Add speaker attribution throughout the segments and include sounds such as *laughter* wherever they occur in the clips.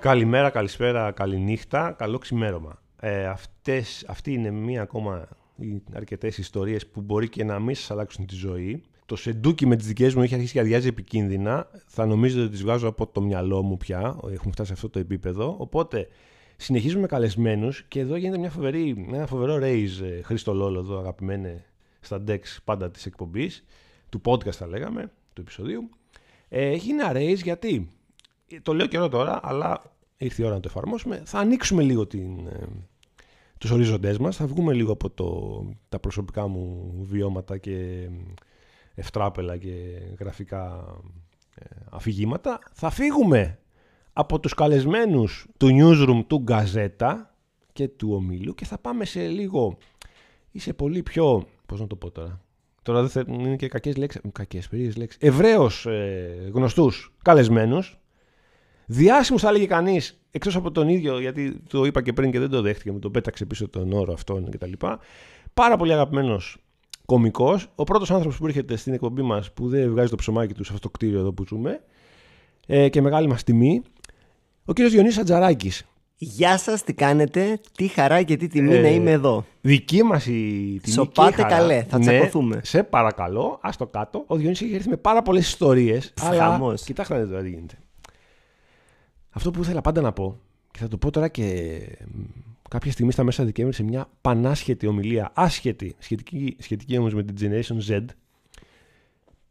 Speaker 1: Καλημέρα, καλησπέρα, καληνύχτα, καλό ξημέρωμα. Ε, αυτές, αυτή είναι μία ακόμα οι αρκετές ιστορίες που μπορεί και να μην σας αλλάξουν τη ζωή. Το σεντούκι με τις δικές μου έχει αρχίσει και αδειάζει επικίνδυνα. Θα νομίζετε ότι τις βγάζω από το μυαλό μου πια. Έχουμε φτάσει σε αυτό το επίπεδο. Οπότε συνεχίζουμε καλεσμένους και εδώ γίνεται μια φοβερή, ένα φοβερό raise ε, Χρήστο Λόλο εδώ αγαπημένε στα DEX πάντα της εκπομπής, του podcast θα λέγαμε, του επεισοδίου. Ε, έχει ένα raise γιατί Ε, το λέω καιρό τώρα, αλλά ήρθε η ώρα να το εφαρμόσουμε. Θα ανοίξουμε λίγο την, ε, τους οριζοντές μας, θα βγούμε λίγο από το, τα προσωπικά μου βιώματα και ε, ευτράπελα και γραφικά ε, αφηγήματα. Θα φύγουμε από τους καλεσμένους του newsroom του Γκαζέτα και του Ομίλου και θα πάμε σε λίγο ή σε πολύ πιο, πώς να το πω τώρα, Τώρα δεν θε- είναι και κακές λέξεις, κακές περίεργες λέξεις, ευρέως ε, γνωστούς καλεσμένους, Διάσημου θα έλεγε κανείς, εκτός από τον ίδιο, γιατί το είπα και πριν και δεν το δέχτηκε, μου το πέταξε πίσω τον όρο αυτόν κτλ. Πάρα πολύ αγαπημένος κωμικό. Ο πρώτος άνθρωπος που έρχεται στην εκπομπή μας που δεν βγάζει το ψωμάκι του σε αυτό το κτίριο εδώ που ζούμε. Ε, και μεγάλη μας τιμή. Ο κύριος Διονύη Ατζαράκης.
Speaker 2: Γεια σας, τι κάνετε, τι χαρά και τι τιμή
Speaker 1: Ε,
Speaker 2: να είμαι εδώ.
Speaker 1: Δική μας η τιμή.
Speaker 2: Σοπάτε
Speaker 1: και η χαρά.
Speaker 2: καλέ, θα
Speaker 1: Ναι,
Speaker 2: τσακωθούμε.
Speaker 1: σε παρακαλώ, ας το κάτω. Ο Διονύη έχει έρθει με πάρα πολλές ιστορίες. Αλλά
Speaker 2: χαμός.
Speaker 1: κοιτάξτε τώρα τι γίνεται. Αυτό που ήθελα πάντα να πω και θα το πω τώρα και μ, κάποια στιγμή στα μέσα Δεκέμβρη σε μια πανάσχετη ομιλία, άσχετη, σχετική, σχετική όμως με την Generation Z,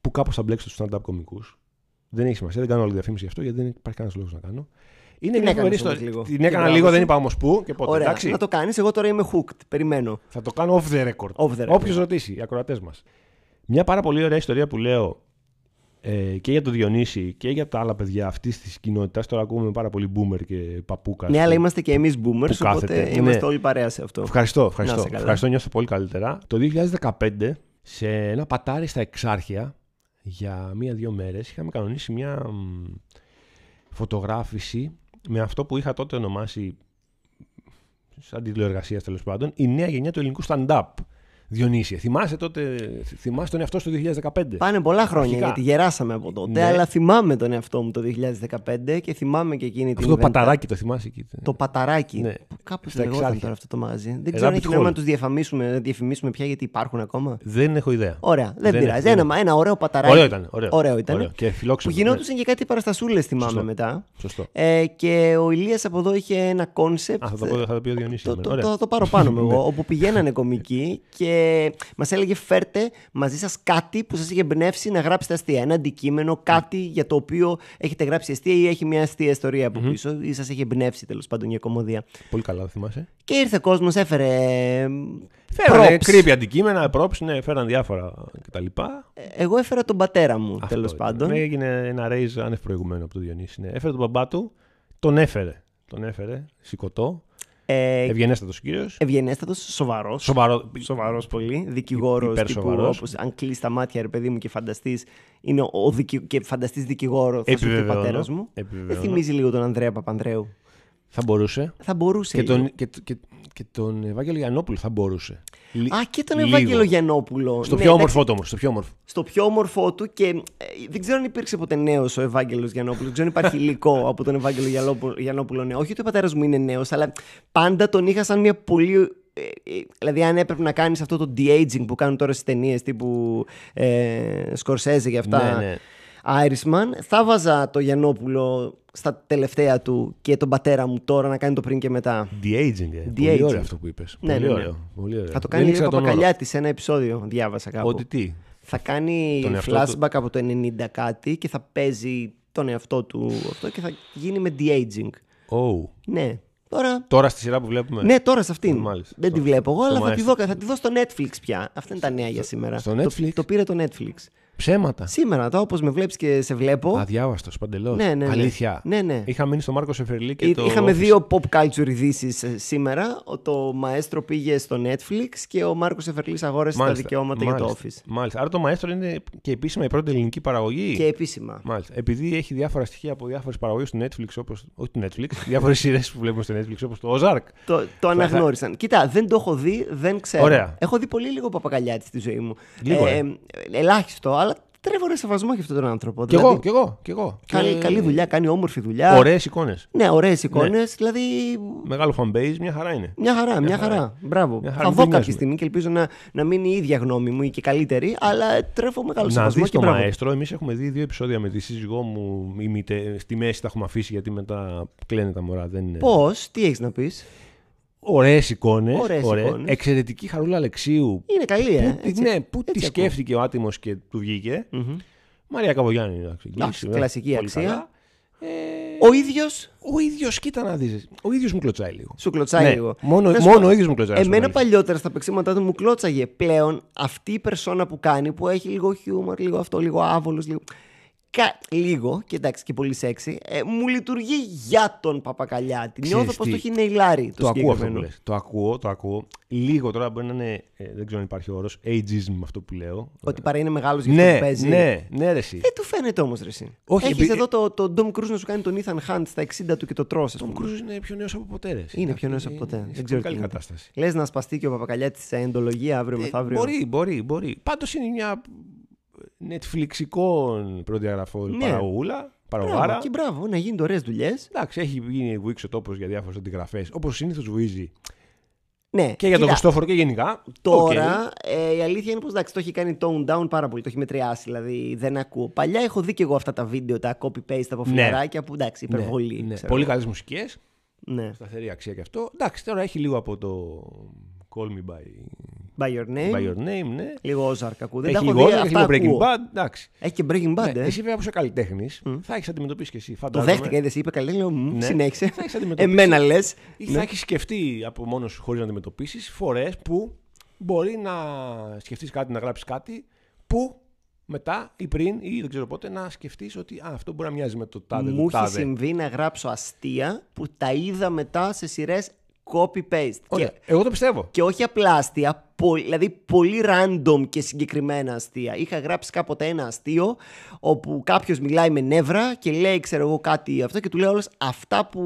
Speaker 1: που κάπως θα μπλέξω του stand-up κωμικού. Δεν έχει σημασία, δεν κάνω όλη διαφήμιση γι' αυτό γιατί δεν υπάρχει κανένας λόγος να κάνω. Είναι
Speaker 2: Την
Speaker 1: μια
Speaker 2: έκανες
Speaker 1: φοβερή
Speaker 2: όμως
Speaker 1: ιστορία.
Speaker 2: λίγο.
Speaker 1: Την
Speaker 2: Και
Speaker 1: έκανα
Speaker 2: μπράβο
Speaker 1: λίγο,
Speaker 2: σου.
Speaker 1: δεν είπα όμως πού και πότε.
Speaker 2: Ωραία,
Speaker 1: εντάξει.
Speaker 2: να το κάνεις. Εγώ τώρα είμαι hooked. Περιμένω.
Speaker 1: Θα το κάνω off the record.
Speaker 2: Off the record.
Speaker 1: Όποιος ρωτήσει, οι ακροατές μας. Μια πάρα πολύ ωραία ιστορία που λέω ε, και για τον Διονύση και για τα άλλα παιδιά αυτής της κοινότητας. Τώρα ακούμε πάρα πολύ boomer και παπούκα.
Speaker 2: Ναι, αλλά είμαστε και εμείς boomers,
Speaker 1: Που κάθεται.
Speaker 2: οπότε είμαστε
Speaker 1: Ναι.
Speaker 2: όλοι παρέα σε αυτό.
Speaker 1: Ευχαριστώ,
Speaker 2: Να
Speaker 1: ευχαριστώ.
Speaker 2: σε καλά.
Speaker 1: Ευχαριστώ, νιώθω πολύ καλύτερα. Το 2015, σε ένα πατάρι στα Εξάρχεια, για μία-δύο μέρες, είχαμε κανονίσει μία μ, φωτογράφηση με αυτό που είχα τότε ονομάσει σαν τίτλο εργασίας τέλος πάντων, η νέα γενιά του ελληνικού stand-up. Διονύση. Θυμάσαι τότε, θυμάσαι τον εαυτό σου το 2015.
Speaker 2: Πάνε πολλά χρόνια
Speaker 1: Αρχικά.
Speaker 2: γιατί γεράσαμε από τότε,
Speaker 1: Ναι.
Speaker 2: αλλά θυμάμαι τον εαυτό μου το 2015 και θυμάμαι και εκείνη την.
Speaker 1: Αυτό το
Speaker 2: event-
Speaker 1: παταράκι το θυμάσαι εκεί.
Speaker 2: Το παταράκι.
Speaker 1: Ναι.
Speaker 2: Που κάπως
Speaker 1: Στα
Speaker 2: λεγόταν
Speaker 1: Εξάρχεια.
Speaker 2: τώρα αυτό το μαγαζί. Δεν ξέρω αν
Speaker 1: Rabbit
Speaker 2: έχει νόημα
Speaker 1: Hole.
Speaker 2: να τους διαφημίσουμε, να διαφημίσουμε πια γιατί υπάρχουν ακόμα.
Speaker 1: Δεν έχω ιδέα.
Speaker 2: Ωραία, δεν,
Speaker 1: Δεν
Speaker 2: πειράζει.
Speaker 1: έχω,
Speaker 2: Ένα, ένα ωραίο παταράκι.
Speaker 1: Ωραίο ήταν. Ωραίο,
Speaker 2: Ωραίο ήταν.
Speaker 1: Και
Speaker 2: Που
Speaker 1: φιλόξενο. ναι.
Speaker 2: γινόντουσαν και κάτι παραστασούλες, θυμάμαι
Speaker 1: Σωστό.
Speaker 2: μετά.
Speaker 1: Σωστό.
Speaker 2: Ε, και ο Ηλίας από εδώ είχε ένα κόνσεπτ.
Speaker 1: Α, θα το πω, θα το πει ο Διονύσης
Speaker 2: Το,
Speaker 1: σήμερα.
Speaker 2: το,
Speaker 1: Ωραία.
Speaker 2: το, το πάρω
Speaker 1: *laughs*
Speaker 2: πάνω μου
Speaker 1: Ναι.
Speaker 2: εγώ. όπου πηγαίνανε κομικοί και μας έλεγε φέρτε μαζί σας κάτι που σας είχε εμπνεύσει να γράψετε αστεία. Ένα
Speaker 1: Ναι.
Speaker 2: αντικείμενο, κάτι για το οποίο έχετε γράψει αστεία ή έχει μια αστεία ιστορία από πίσω ή σας έχει εμπνεύσει τέλος πάντων μια κομμωδία.
Speaker 1: Πολύ καλά, θυμάσαι.
Speaker 2: Και ήρθε κόσμος, έφερε. ε,
Speaker 1: Φέρανε
Speaker 2: props.
Speaker 1: κρύπη αντικείμενα, props, ναι, φέραν διάφορα κτλ.
Speaker 2: Εγώ έφερα τον πατέρα μου
Speaker 1: Αυτό
Speaker 2: τέλος
Speaker 1: ήταν.
Speaker 2: πάντων.
Speaker 1: Ναι, έγινε ένα raise άνευ προηγουμένου από τον Διονύση. Ναι. Έφερε τον μπαμπά του, τον έφερε. Τον έφερε, σηκωτό,
Speaker 2: Ε,
Speaker 1: ευγενέστατος κύριος.
Speaker 2: Ευγενέστατος, σοβαρός.
Speaker 1: Σοβαρό.
Speaker 2: Σοβαρός πολύ. Δικηγόρος.
Speaker 1: υπερσοβαρός.
Speaker 2: αν κλείσει τα μάτια, ρε παιδί μου, και φανταστείς. Είναι ο- ο δικη... και φανταστείς δικηγόρος. Θα σου πει ο
Speaker 1: Επιβεβαιώνω.
Speaker 2: πατέρας μου.
Speaker 1: Επιβεβαιώνω.
Speaker 2: Δεν θυμίζει λίγο τον Ανδρέα Παπανδρέου.
Speaker 1: Θα μπορούσε.
Speaker 2: Θα μπορούσε.
Speaker 1: Και
Speaker 2: λίγο.
Speaker 1: τον, και, και, και τον Ευάγγελο Γιαννόπουλο θα μπορούσε. Λι-
Speaker 2: Α, και τον
Speaker 1: λίγο.
Speaker 2: Ευάγγελο Γιαννόπουλο.
Speaker 1: Στο
Speaker 2: Ναι,
Speaker 1: πιο
Speaker 2: εντάξει,
Speaker 1: όμορφο του όμως. Στο πιο όμορφο.
Speaker 2: Στο πιο όμορφό του και ε, δεν ξέρω αν υπήρξε ποτέ νέος ο Ευάγγελος Γιαννόπουλος. Δεν ξέρω αν υπάρχει
Speaker 1: *laughs*
Speaker 2: υλικό από τον Ευάγγελο Γιαννόπου- Γιαννόπουλο νέο. Όχι ότι ο πατέρας μου είναι νέος, αλλά πάντα τον είχα σαν μια πολύ. ε, ε, Δηλαδή, αν έπρεπε να κάνεις αυτό το de-aging που κάνουν τώρα στις ταινίες τύπου ε, Σκορσέζε και αυτά.
Speaker 1: Ναι, ναι.
Speaker 2: Irishman. Θα βάζα το Γιαννόπουλο στα τελευταία του και τον πατέρα μου τώρα να κάνει το πριν και μετά.
Speaker 1: De-aging. ε.
Speaker 2: De-aging.
Speaker 1: Πολύ ωραίο αυτό που είπες.
Speaker 2: Ναι,
Speaker 1: Πολύ
Speaker 2: ναι, ναι.
Speaker 1: ωραίο. Πολύ ωραίο.
Speaker 2: Θα το
Speaker 1: Ε, Δεν
Speaker 2: κάνει λίγο
Speaker 1: ήξερα τον όρο.
Speaker 2: παπακαλιάτη σε ένα επεισόδιο, διάβασα κάπου.
Speaker 1: Ότι τι.
Speaker 2: Θα κάνει
Speaker 1: Τον εαυτό
Speaker 2: flashback από το 90 κάτι και θα παίζει τον εαυτό του αυτό και θα γίνει με de-aging.
Speaker 1: Oh.
Speaker 2: Ναι. Τώρα.
Speaker 1: Τώρα στη σειρά που βλέπουμε.
Speaker 2: Ναι, τώρα σε αυτήν.
Speaker 1: Μάλιστα.
Speaker 2: Δεν τη
Speaker 1: Στο-
Speaker 2: βλέπω εγώ,
Speaker 1: στο
Speaker 2: αλλά θα τη,
Speaker 1: μαέστρο.
Speaker 2: δω, θα τη δω στο Netflix πια. Αυτά είναι τα νέα για σήμερα.
Speaker 1: στο
Speaker 2: Το-
Speaker 1: Netflix?
Speaker 2: Το, πήρε το Netflix.
Speaker 1: Ψέματα.
Speaker 2: Σήμερα, τώρα, όπως με βλέπεις και σε βλέπω.
Speaker 1: Αδιάβαστος παντελώς.
Speaker 2: Ναι, ναι, ναι.
Speaker 1: Αλήθεια.
Speaker 2: Ναι, ναι.
Speaker 1: Είχα μείνει στο Μάρκο Σεφερλί και
Speaker 2: Εί-
Speaker 1: το.
Speaker 2: Είχαμε
Speaker 1: Office.
Speaker 2: δύο pop culture ειδήσεις ε, σήμερα. Ο- Το Μαέστρο πήγε στο Netflix και ο Μάρκο Εφερλή αγόρασε
Speaker 1: Μάλιστα,
Speaker 2: τα δικαιώματα για το
Speaker 1: μάλιστα,
Speaker 2: Office.
Speaker 1: Μάλιστα. Άρα το Μαέστρο είναι και επίσημα η πρώτη ελληνική παραγωγή.
Speaker 2: Και επίσημα.
Speaker 1: Μάλιστα. Επειδή έχει διάφορα στοιχεία από διάφορες παραγωγές του Netflix, όπως. Όχι του Netflix, *laughs* διάφορες σειρές που βλέπουμε στο Netflix, όπως το Ozark.
Speaker 2: Το, το αναγνώρισαν. Κοίτα, δεν το έχω δει, δεν ξέρω.
Speaker 1: Ωραία.
Speaker 2: Έχω δει πολύ λίγο παπακαλιάτη στη ζωή μου.
Speaker 1: Λίγο, ε.
Speaker 2: ελάχιστο, αλλά τρέβω ρε σεβασμό για αυτόν τον άνθρωπο.
Speaker 1: Κι εγώ, κι εγώ, κι εγώ.
Speaker 2: Κάνει
Speaker 1: Και-
Speaker 2: καλή δουλειά, κάνει όμορφη δουλειά.
Speaker 1: Ωραίες εικόνες.
Speaker 2: Ναι, ωραίες εικόνες. Δηλαδή.
Speaker 1: Μεγάλο fan base, μια χαρά είναι.
Speaker 2: Μια χαρά, μια χαρά. Μπράβο.
Speaker 1: Μια χαρά,
Speaker 2: Θα
Speaker 1: μην
Speaker 2: δω
Speaker 1: την
Speaker 2: κάποια
Speaker 1: νοιάζουμε.
Speaker 2: στιγμή και ελπίζω να, να μείνει η ίδια γνώμη μου ή και καλύτερη, αλλά τρέφω μεγάλο
Speaker 1: Να
Speaker 2: σεβασμό
Speaker 1: δεις
Speaker 2: και
Speaker 1: το
Speaker 2: μπράβο.
Speaker 1: μαέστρο. Εμείς έχουμε δει δύο επεισόδια με τη σύζυγό μου. η μητε- Στη μέση τα έχουμε αφήσει γιατί μετά κλαίνε τα μωρά. Δεν είναι...
Speaker 2: Πώς, τι έχεις να πεις.
Speaker 1: Ωραίες εικόνες.
Speaker 2: Ωραίες εικόνες.
Speaker 1: Εξαιρετική χαρούλα Αλεξίου.
Speaker 2: Είναι καλή, ε.
Speaker 1: Πού,
Speaker 2: έτσι.
Speaker 1: ναι, πού τη
Speaker 2: ακούω.
Speaker 1: σκέφτηκε ο άτιμος και του βγηκε
Speaker 2: Μμμ.
Speaker 1: Μαρία Καβογιάννη. εντάξει,
Speaker 2: Εντάξει,
Speaker 1: εντάξει,
Speaker 2: κλασική
Speaker 1: πολύ
Speaker 2: αξία.
Speaker 1: καλά. Ε,
Speaker 2: Ο ίδιος
Speaker 1: ο ίδιος, κοίτα να δεις. Ο ίδιος μου κλωτσάει λίγο.
Speaker 2: σου κλωτσάει
Speaker 1: Ναι,
Speaker 2: λίγο.
Speaker 1: μόνο-
Speaker 2: Να σου
Speaker 1: μόνο
Speaker 2: πω,
Speaker 1: ο ίδιος μου κλωτσάει, να σου πω
Speaker 2: Εμένα
Speaker 1: την αλήθεια.
Speaker 2: παλιότερα στα παίξιματά του μου κλώτσαγε. Πλέον αυτή η περσόνα που κάνει, που έχει λίγο χιούμορ, λίγο αυτό, λίγο άβολος, λίγο. Κα... Λίγο, και εντάξει και πολύ σεξι, ε, μου λειτουργεί για τον Παπακαλιάτη.
Speaker 1: Ξέρεις
Speaker 2: Νιώθω πως το
Speaker 1: τι,
Speaker 2: έχει νεϊλάρει το,
Speaker 1: Το, ακούω αυτό που
Speaker 2: συγκεκριμένο.
Speaker 1: λες. Το ακούω, το ακούω. Λίγο τώρα μπορεί να είναι. ε, δεν ξέρω αν υπάρχει όρος. Ageism αυτό που λέω.
Speaker 2: Ότι παρά είναι μεγάλος για αυτό που
Speaker 1: Ναι,
Speaker 2: παίζει. Ε,
Speaker 1: ναι, ναι, ρε, εσύ.
Speaker 2: Δεν του φαίνεται όμως, Ρεσί.
Speaker 1: Όχι,
Speaker 2: Έχεις
Speaker 1: επει-
Speaker 2: εδώ το, το Ντόμ Κρούζ να σου κάνει τον Ethan Hunt στα 60 του και το τρώ.
Speaker 1: Τον Κρούζ είναι πιο νέος από ποτέ. ρε, εσύ.
Speaker 2: Είναι πιο νέος από ποτέ.
Speaker 1: Είναι σε
Speaker 2: Δεν ξέρω.
Speaker 1: πολύ καλή κατάσταση. Ε,
Speaker 2: Λες να σπαστεί και ο Παπακαλιάτης σε εντολογία αύριο μεθαύριο.
Speaker 1: Μπορεί, μπορεί, μπορεί. Πάντως είναι μια Netflixικών προδιαγραφών
Speaker 2: Ναι.
Speaker 1: παραγωγούλα,
Speaker 2: Μπράβο,
Speaker 1: παραγωγάρα.
Speaker 2: και μπράβο, να γίνονται ωραίες δουλειές.
Speaker 1: Εντάξει, έχει γίνει βουήξ ο τόπος για διάφορες αντιγραφές. Όπως συνήθως βουίζει.
Speaker 2: Ναι,
Speaker 1: Και για τον
Speaker 2: κοίτα,
Speaker 1: Χριστόφορο και γενικά. Οκ.
Speaker 2: Τώρα ε, η αλήθεια είναι πως το έχει κάνει tone down πάρα πολύ. Το έχει μετριάσει, δηλαδή δεν ακούω. Παλιά έχω δει και εγώ αυτά τα βίντεο, τα copy-paste από
Speaker 1: Ναι.
Speaker 2: φιλαράκια που εντάξει,
Speaker 1: Ναι,
Speaker 2: υπερβολή.
Speaker 1: ναι.
Speaker 2: ξέρω.
Speaker 1: Πολύ καλές μουσικές.
Speaker 2: Ναι.
Speaker 1: Σταθερή αξία και αυτό. Εντάξει, τώρα έχει λίγο από το Call Me By,
Speaker 2: By your name.
Speaker 1: by Your Name, ναι.
Speaker 2: Λίγο Ozark ακούω. Ε, Δεν
Speaker 1: έχει
Speaker 2: τα έχω
Speaker 1: λίγο,
Speaker 2: δει,
Speaker 1: Ozark, έχει λίγο
Speaker 2: αυτά
Speaker 1: Breaking
Speaker 2: ακούω.
Speaker 1: Bad. Εντάξει.
Speaker 2: Έχει και Breaking Bad,
Speaker 1: Ναι,
Speaker 2: ε.
Speaker 1: εσύ βέβαια που είσαι καλλιτέχνης, θα έχεις αντιμετωπίσει και εσύ.
Speaker 2: Το
Speaker 1: φαντάζομαι.
Speaker 2: δέχτηκα, είδες, είπε καλή, λέω, «Μμ,
Speaker 1: Ναι.
Speaker 2: συνέχισε.
Speaker 1: Θα έχεις αντιμετωπίσει.
Speaker 2: Εμένα λες.
Speaker 1: Ή θα έχεις σκεφτεί από μόνος σου χωρίς να αντιμετωπίσεις φορές που μπορεί να σκεφτείς κάτι, να γράψεις κάτι που μετά ή πριν ή δεν ξέρω πότε να σκεφτείς ότι α, αυτό μπορεί να μοιάζει με το τάδε.
Speaker 2: Μου
Speaker 1: το
Speaker 2: έχει
Speaker 1: τάδε.
Speaker 2: συμβεί να γράψω αστεία που τα είδα μετά σε σειρές copy-paste.
Speaker 1: Ωραία.
Speaker 2: Και
Speaker 1: Εγώ το πιστεύω.
Speaker 2: Και όχι απλά αστεία, πο- δηλαδή πολύ random και συγκεκριμένα αστεία. Είχα γράψει κάποτε ένα αστείο όπου κάποιος μιλάει με νεύρα και λέει, ξέρω εγώ, κάτι αυτό και του λέει όλες αυτά που,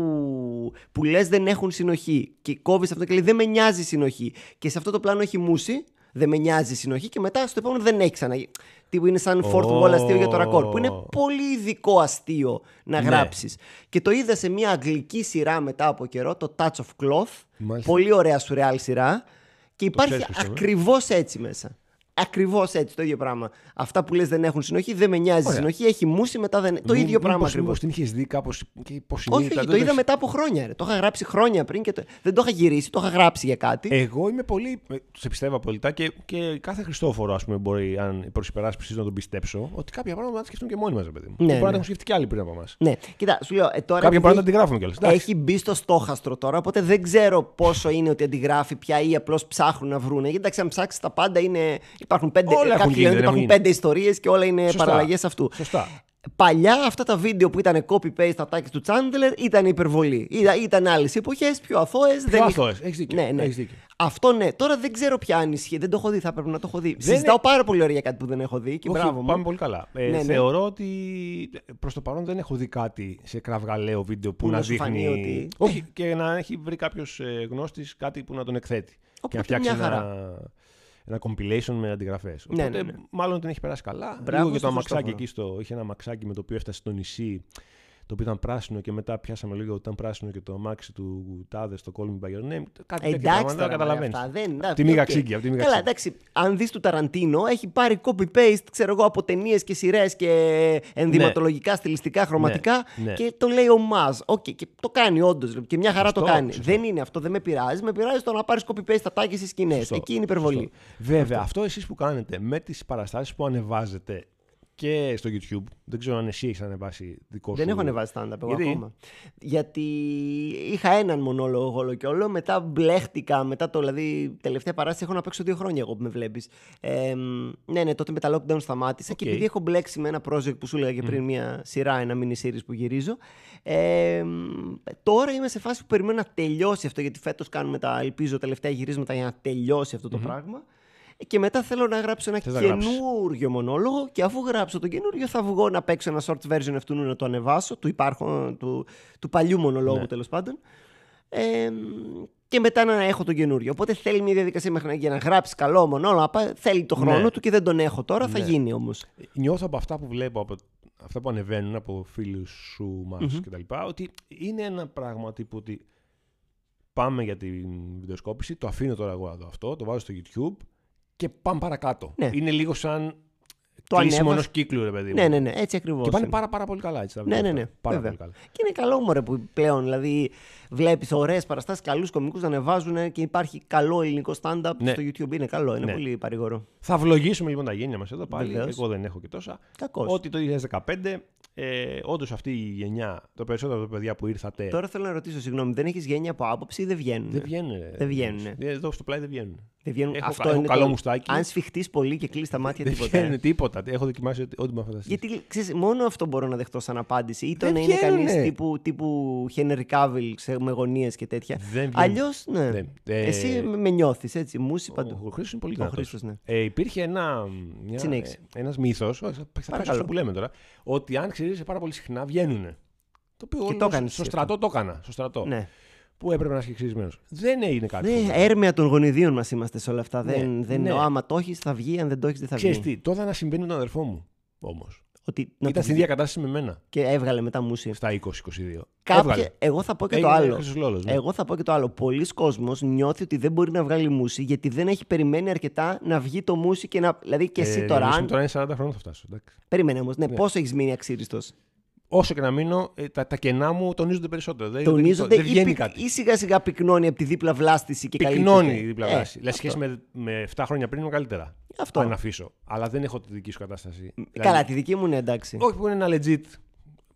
Speaker 2: που λες δεν έχουν συνοχή. Και κόβεις αυτό και λέει δεν με νοιάζει η συνοχή. Και σε αυτό το πλάνο έχει μουσεί, δεν με νοιάζει η συνοχή και μετά στο επόμενο δεν έχει ξαναγίνει. Τύπου είναι σαν fourth
Speaker 1: Ω.
Speaker 2: wall αστείο για το ρακόρ, που είναι πολύ ειδικό αστείο να
Speaker 1: Ναι.
Speaker 2: γράψεις. Και το είδα σε μια αγγλική σειρά μετά από καιρό, το Touch of Cloth.
Speaker 1: Μάλιστα.
Speaker 2: Πολύ ωραία σουρεάλ σειρά. Και υπάρχει
Speaker 1: ξέρεις ποιος το λέει.
Speaker 2: ακριβώς έτσι μέσα. Ακριβώς έτσι, το ίδιο πράγμα. Αυτά που λες δεν έχουν συνοχή, δεν με νοιάζει η
Speaker 1: Ωραία.
Speaker 2: συνοχή, έχει μουσεί, μετά δεν. Το ίδιο πράγμα
Speaker 1: ακριβώ.
Speaker 2: ακριβώς.
Speaker 1: την είχες δει κάπως και
Speaker 2: Όχι,
Speaker 1: υποσυνείδητα.
Speaker 2: όχι,
Speaker 1: δεν
Speaker 2: το είδα
Speaker 1: έχεις-
Speaker 2: μετά από χρόνια. Ρε. Το είχα γράψει χρόνια πριν και το... δεν το είχα γυρίσει, το είχα γράψει για κάτι.
Speaker 1: Εγώ είμαι πολύ. ε, Σε πιστεύω απολύτω και, και κάθε Χριστόφορο, ας πούμε, μπορεί, αν προ υπεράσπιση να τον πιστέψω, ότι κάποια πράγματα να τα σκεφτούν και μόνοι μας, παιδί μου. Και μπορεί να
Speaker 2: ναι.
Speaker 1: τα έχουν σκεφτεί κι άλλοι πριν από εμάς.
Speaker 2: Ναι, κοιτά, σου λέω ε, τώρα.
Speaker 1: Κάποια
Speaker 2: επειδή
Speaker 1: πράγματα τα γράφουν κιόλα.
Speaker 2: Έχει μπει στο στόχαστρο τώρα, οπότε δεν ξέρω πόσο είναι ότι αντιγράφει πια ή απλώς ψάχνουν να βρουν. Γιατί εντάξει, αν ψάξεις τα πάντα είναι. Υπάρχουν πέντε,
Speaker 1: Όλα έχουν
Speaker 2: κάποιοι
Speaker 1: γίνει,
Speaker 2: λένε
Speaker 1: δεν
Speaker 2: ότι
Speaker 1: έχουν
Speaker 2: υπάρχουν
Speaker 1: γίνει.
Speaker 2: πέντε ιστορίες και όλα είναι
Speaker 1: Σωστά.
Speaker 2: παραλλαγές αυτού.
Speaker 1: Σωστά.
Speaker 2: Παλιά αυτά τα βίντεο που ήταν copy-paste ατάκες του Τσάντλερ ήταν υπερβολή. Ήταν, ήταν άλλες εποχές, πιο αθώες.
Speaker 1: Πιο αθώες. Έχεις δίκιο.
Speaker 2: Ναι, ναι.
Speaker 1: Έχεις δίκιο.
Speaker 2: Αυτό ναι. Τώρα δεν ξέρω πια αν ισχύει. Δεν το έχω δει, θα πρέπει να το έχω δει.
Speaker 1: Δεν
Speaker 2: Συζητάω
Speaker 1: είναι-
Speaker 2: πάρα πολύ ωραία για κάτι που δεν έχω δει και
Speaker 1: Όχι,
Speaker 2: μπράβο μου.
Speaker 1: πάμε πολύ καλά. Ε,
Speaker 2: Ναι, ναι.
Speaker 1: Θεωρώ ότι προς το παρόν δεν έχω δει κάτι σε κραυγαλαίο βίντεο που,
Speaker 2: Που
Speaker 1: να,
Speaker 2: να σου
Speaker 1: δείχνει.
Speaker 2: φανεί ότι-
Speaker 1: Όχι, και να έχει βρει κάποιος γνώστης κάτι που να τον εκθέτει. και
Speaker 2: Οπότε
Speaker 1: να φτιάξει
Speaker 2: μια χαρά.
Speaker 1: ένα, ένα compilation με αντιγραφές.
Speaker 2: Ναι,
Speaker 1: Οπότε
Speaker 2: ναι, ναι.
Speaker 1: μάλλον την έχει περάσει καλά.
Speaker 2: Μπράβο
Speaker 1: Λίγο για το
Speaker 2: στον
Speaker 1: αμαξάκι
Speaker 2: Χριστόφορο.
Speaker 1: εκεί. Στο, είχε ένα αμαξάκι με το οποίο έφτασε στο νησί. Το οποίο ήταν πράσινο και μετά πιάσαμε λίγο ότι ήταν πράσινο και το αμάξι του Τάδε στο Call Me by Your Name. Κάτι τέτοια
Speaker 2: Εντάξει,
Speaker 1: πράγματα
Speaker 2: τώρα,
Speaker 1: καταλαβαίνεις.
Speaker 2: μωρέ, αυτά δεν.
Speaker 1: Απ' τη
Speaker 2: εντάξει,
Speaker 1: μίγα
Speaker 2: οκ.
Speaker 1: ξύγκη, απ' τη μίγα
Speaker 2: Καλά,
Speaker 1: ξύγκη.
Speaker 2: εντάξει. Αν δεις του Ταραντίνο, έχει πάρει copy-paste, ξέρω εγώ, από ταινίες και σειρές και ενδυματολογικά, στιλιστικά, χρωματικά
Speaker 1: Ναι, ναι.
Speaker 2: και το λέει ο Μάζ. Οκ, και το κάνει όντως. Και μια χαρά το
Speaker 1: Σωστό,
Speaker 2: κάνει.
Speaker 1: σωστό.
Speaker 2: Δεν είναι αυτό, δεν με πειράζει. Με πειράζει το να πάρεις copy-paste τα τάκια στι σκηνές.
Speaker 1: Σωστό,
Speaker 2: Εκεί είναι υπερβολή.
Speaker 1: σωστό. Βέβαια, αυτό, εσείς που κάνετε με τις παραστάσεις που ανεβάζετε και στο YouTube, δεν ξέρω αν εσύ έχεις ανεβάσει δικό σου.
Speaker 2: Δεν έχω ανεβάσει stand-up εγώ
Speaker 1: Γιατί?
Speaker 2: ακόμα. Γιατί είχα έναν μονόλογο όλο και όλο, μετά μπλέχτηκα, μετά το δηλαδή τελευταία παράσταση έχω να παίξω δύο χρόνια εγώ που με βλέπεις. Ε, μ, ναι, ναι, τότε με τα lockdown σταμάτησα και
Speaker 1: Οκ.
Speaker 2: επειδή έχω μπλέξει με ένα project που σου έλεγα και πριν μια σειρά, ένα mini series που γυρίζω, ε, μ, τώρα είμαι σε φάση που περιμένω να τελειώσει αυτό, γιατί φέτος κάνουμε τα, ελπίζω, τελευταία γυρίσματα για να τελειώσει αυτό το πράγμα. Και μετά θέλω να γράψω ένα
Speaker 1: Θες να γράψεις.
Speaker 2: καινούριο μονόλογο και αφού γράψω τον καινούριο θα βγω να παίξω ένα short version αυτού να το
Speaker 1: Ναι.
Speaker 2: ανεβάσω του, υπάρχον, του, του παλιού μονολόγου τέλος πάντων. Ε, και μετά να έχω τον καινούριο. Οπότε θέλει μια διαδικασία μέχρι να, για να γράψει καλό μονόλογο. να πάει- Θέλει το χρόνο
Speaker 1: Ναι.
Speaker 2: του και δεν τον έχω τώρα. Θα
Speaker 1: Ναι.
Speaker 2: γίνει όμως.
Speaker 1: Νιώθω από αυτά που βλέπω, από αυτά που ανεβαίνουν από φίλους σου, μα
Speaker 2: Μμμ.
Speaker 1: κτλ. Ότι είναι ένα πράγμα τύπου ότι πάμε για την βιντεοσκόπηση, το αφήνω τώρα εγώ να δω αυτό, το βάζω στο YouTube και πάμε παρακάτω.
Speaker 2: Ναι.
Speaker 1: είναι λίγο σαν το
Speaker 2: Το
Speaker 1: κλείσιμο
Speaker 2: ανέβασα.
Speaker 1: ενός κύκλου, ρε παιδί μου.
Speaker 2: Ναι, ναι, ναι, έτσι ακριβώς.
Speaker 1: Και πάνε πάρα, πάρα πολύ καλά έτσι. τα
Speaker 2: Ναι,
Speaker 1: βίντεο
Speaker 2: ναι,
Speaker 1: αυτά.
Speaker 2: ναι.
Speaker 1: Πάρα
Speaker 2: βέβαια.
Speaker 1: πολύ καλά.
Speaker 2: Και είναι καλό μωρέ που πλέον δηλαδή βλέπεις ωραίες παραστάσεις, καλού κομικούς να ανεβάζουν και υπάρχει καλό ελληνικό stand-up
Speaker 1: Ναι.
Speaker 2: στο YouTube. Είναι καλό, είναι
Speaker 1: Ναι.
Speaker 2: πολύ παρηγορό.
Speaker 1: Θα ευλογήσουμε λοιπόν τα γένια μας εδώ πάλι.
Speaker 2: Βεβαίως.
Speaker 1: Εγώ δεν έχω και τόσα.
Speaker 2: Κακός.
Speaker 1: Ότι το 2015, ε, όντως αυτή η γενιά, το περισσότερο από τα παιδιά που ήρθατε.
Speaker 2: Τώρα θέλω να ρωτήσω, συγγνώμη, δεν έχεις γένεια από άποψη ή δεν βγαίνουν.
Speaker 1: Ε. Δεν βγαίνουν. ρε.
Speaker 2: Δεν βγαίνουνε.
Speaker 1: Ε, Εδώ στο πλάι δεν βγαίνουν.
Speaker 2: Δεν βγαίνουν.
Speaker 1: Έχω
Speaker 2: Αυτό
Speaker 1: κα- έχω
Speaker 2: είναι
Speaker 1: καλό
Speaker 2: το-
Speaker 1: μουστάκι.
Speaker 2: Αν σφιχτείς πολύ και κλείσει τα
Speaker 1: *laughs*
Speaker 2: μάτια,
Speaker 1: Δεν
Speaker 2: τίποτα. ε.
Speaker 1: βγαίνουν τίποτα. Έχω δοκιμάσει ό,τι- ό,τι μου φανταστεί.
Speaker 2: Γιατί ξέρεις, μόνο αυτό μπορώ να δεχτώ σαν απάντηση. Ή το
Speaker 1: Δεν
Speaker 2: να είναι
Speaker 1: βγαίνουνε.
Speaker 2: κανεί τύπου, τύπου Henry Cavill ξέρω, με γωνίες και τέτοια.
Speaker 1: Δεν βγαίνουν.
Speaker 2: Αλλιώς, ναι.
Speaker 1: Δεν. Ε,
Speaker 2: Εσύ με- με νιώθεις έτσι, μουσι παντού.
Speaker 1: Ο Χρήστος είναι πολύ
Speaker 2: Ο
Speaker 1: δυνατός.
Speaker 2: Χρήστος, ναι.
Speaker 1: Ε, υπήρχε ένα μια,
Speaker 2: Συνέχισε.
Speaker 1: ένας μύθος, όχι, θα πέσω
Speaker 2: Παρακαλώ.
Speaker 1: σε αυτό που λέμε τώρα, ότι αν ξυρίζεσαι πάρα πολύ συχνά βγαίνουνε. Το οποίο
Speaker 2: Και
Speaker 1: όλο
Speaker 2: το έκανες
Speaker 1: στο
Speaker 2: εσύ
Speaker 1: στρατό το έκανα. Στο στρατό.
Speaker 2: Ναι.
Speaker 1: Που έπρεπε να είσαι ξυρισμένος. Δεν έγινε κάτι.
Speaker 2: Ναι,
Speaker 1: φοβερό.
Speaker 2: έρμεα των γονιδίων μας είμαστε σε όλα αυτά. δεν, δεν
Speaker 1: ναι.
Speaker 2: Ο, άμα το έχεις, θα βγει. Αν δεν το έχεις, δεν θα
Speaker 1: Ξέρεις
Speaker 2: βγει.
Speaker 1: τι, το είδα να συμβαίνει με τον αδερφό μου όμως.
Speaker 2: Ότι να το
Speaker 1: Ήταν στην
Speaker 2: βγει.
Speaker 1: ίδια κατάσταση με μένα
Speaker 2: Και έβγαλε μετά μουσι.
Speaker 1: στα 20-22.
Speaker 2: Κάποια...
Speaker 1: Έβγαλε.
Speaker 2: Εγώ θα πω και το
Speaker 1: Έγινε
Speaker 2: άλλο.
Speaker 1: Χρήστος Λόλος, ναι.
Speaker 2: Εγώ θα πω και το άλλο. Πολλοί κόσμος νιώθει ότι δεν μπορεί να βγάλει μουσι γιατί δεν έχει περιμένει αρκετά να βγει το μουσι και να. Δηλαδή και εσύ
Speaker 1: Ε,
Speaker 2: τώρα.
Speaker 1: εμείς
Speaker 2: αν-
Speaker 1: μου τώρα είναι 40 χρόνια θα φτάσω. εντάξει.
Speaker 2: Περίμενε όμως. Ναι, πόσο έχεις μείνει αξίριστος.
Speaker 1: Ε, Όσο και να μείνω, ε, τα, τα κενά μου τονίζονται περισσότερο. Δεν,
Speaker 2: Τονίζονται
Speaker 1: δεν, δεν
Speaker 2: ή,
Speaker 1: βγαίνει
Speaker 2: πυκ-
Speaker 1: κάτι.
Speaker 2: ή σιγά σιγά πυκνώνει από τη δίπλα βλάστηση και καλύπτεται.
Speaker 1: Πυκνώνει η διπλα
Speaker 2: Ε,
Speaker 1: βλάση. Δηλαδή,
Speaker 2: αυτό.
Speaker 1: σχέση με, με 7 χρόνια πριν είμαι καλύτερα.
Speaker 2: Αυτό.
Speaker 1: Αν αφήσω. Αλλά δεν έχω τη δική σου κατάσταση. Δηλαδή,
Speaker 2: Καλά, τη δική μου είναι εντάξει.
Speaker 1: Όχι που είναι ένα legit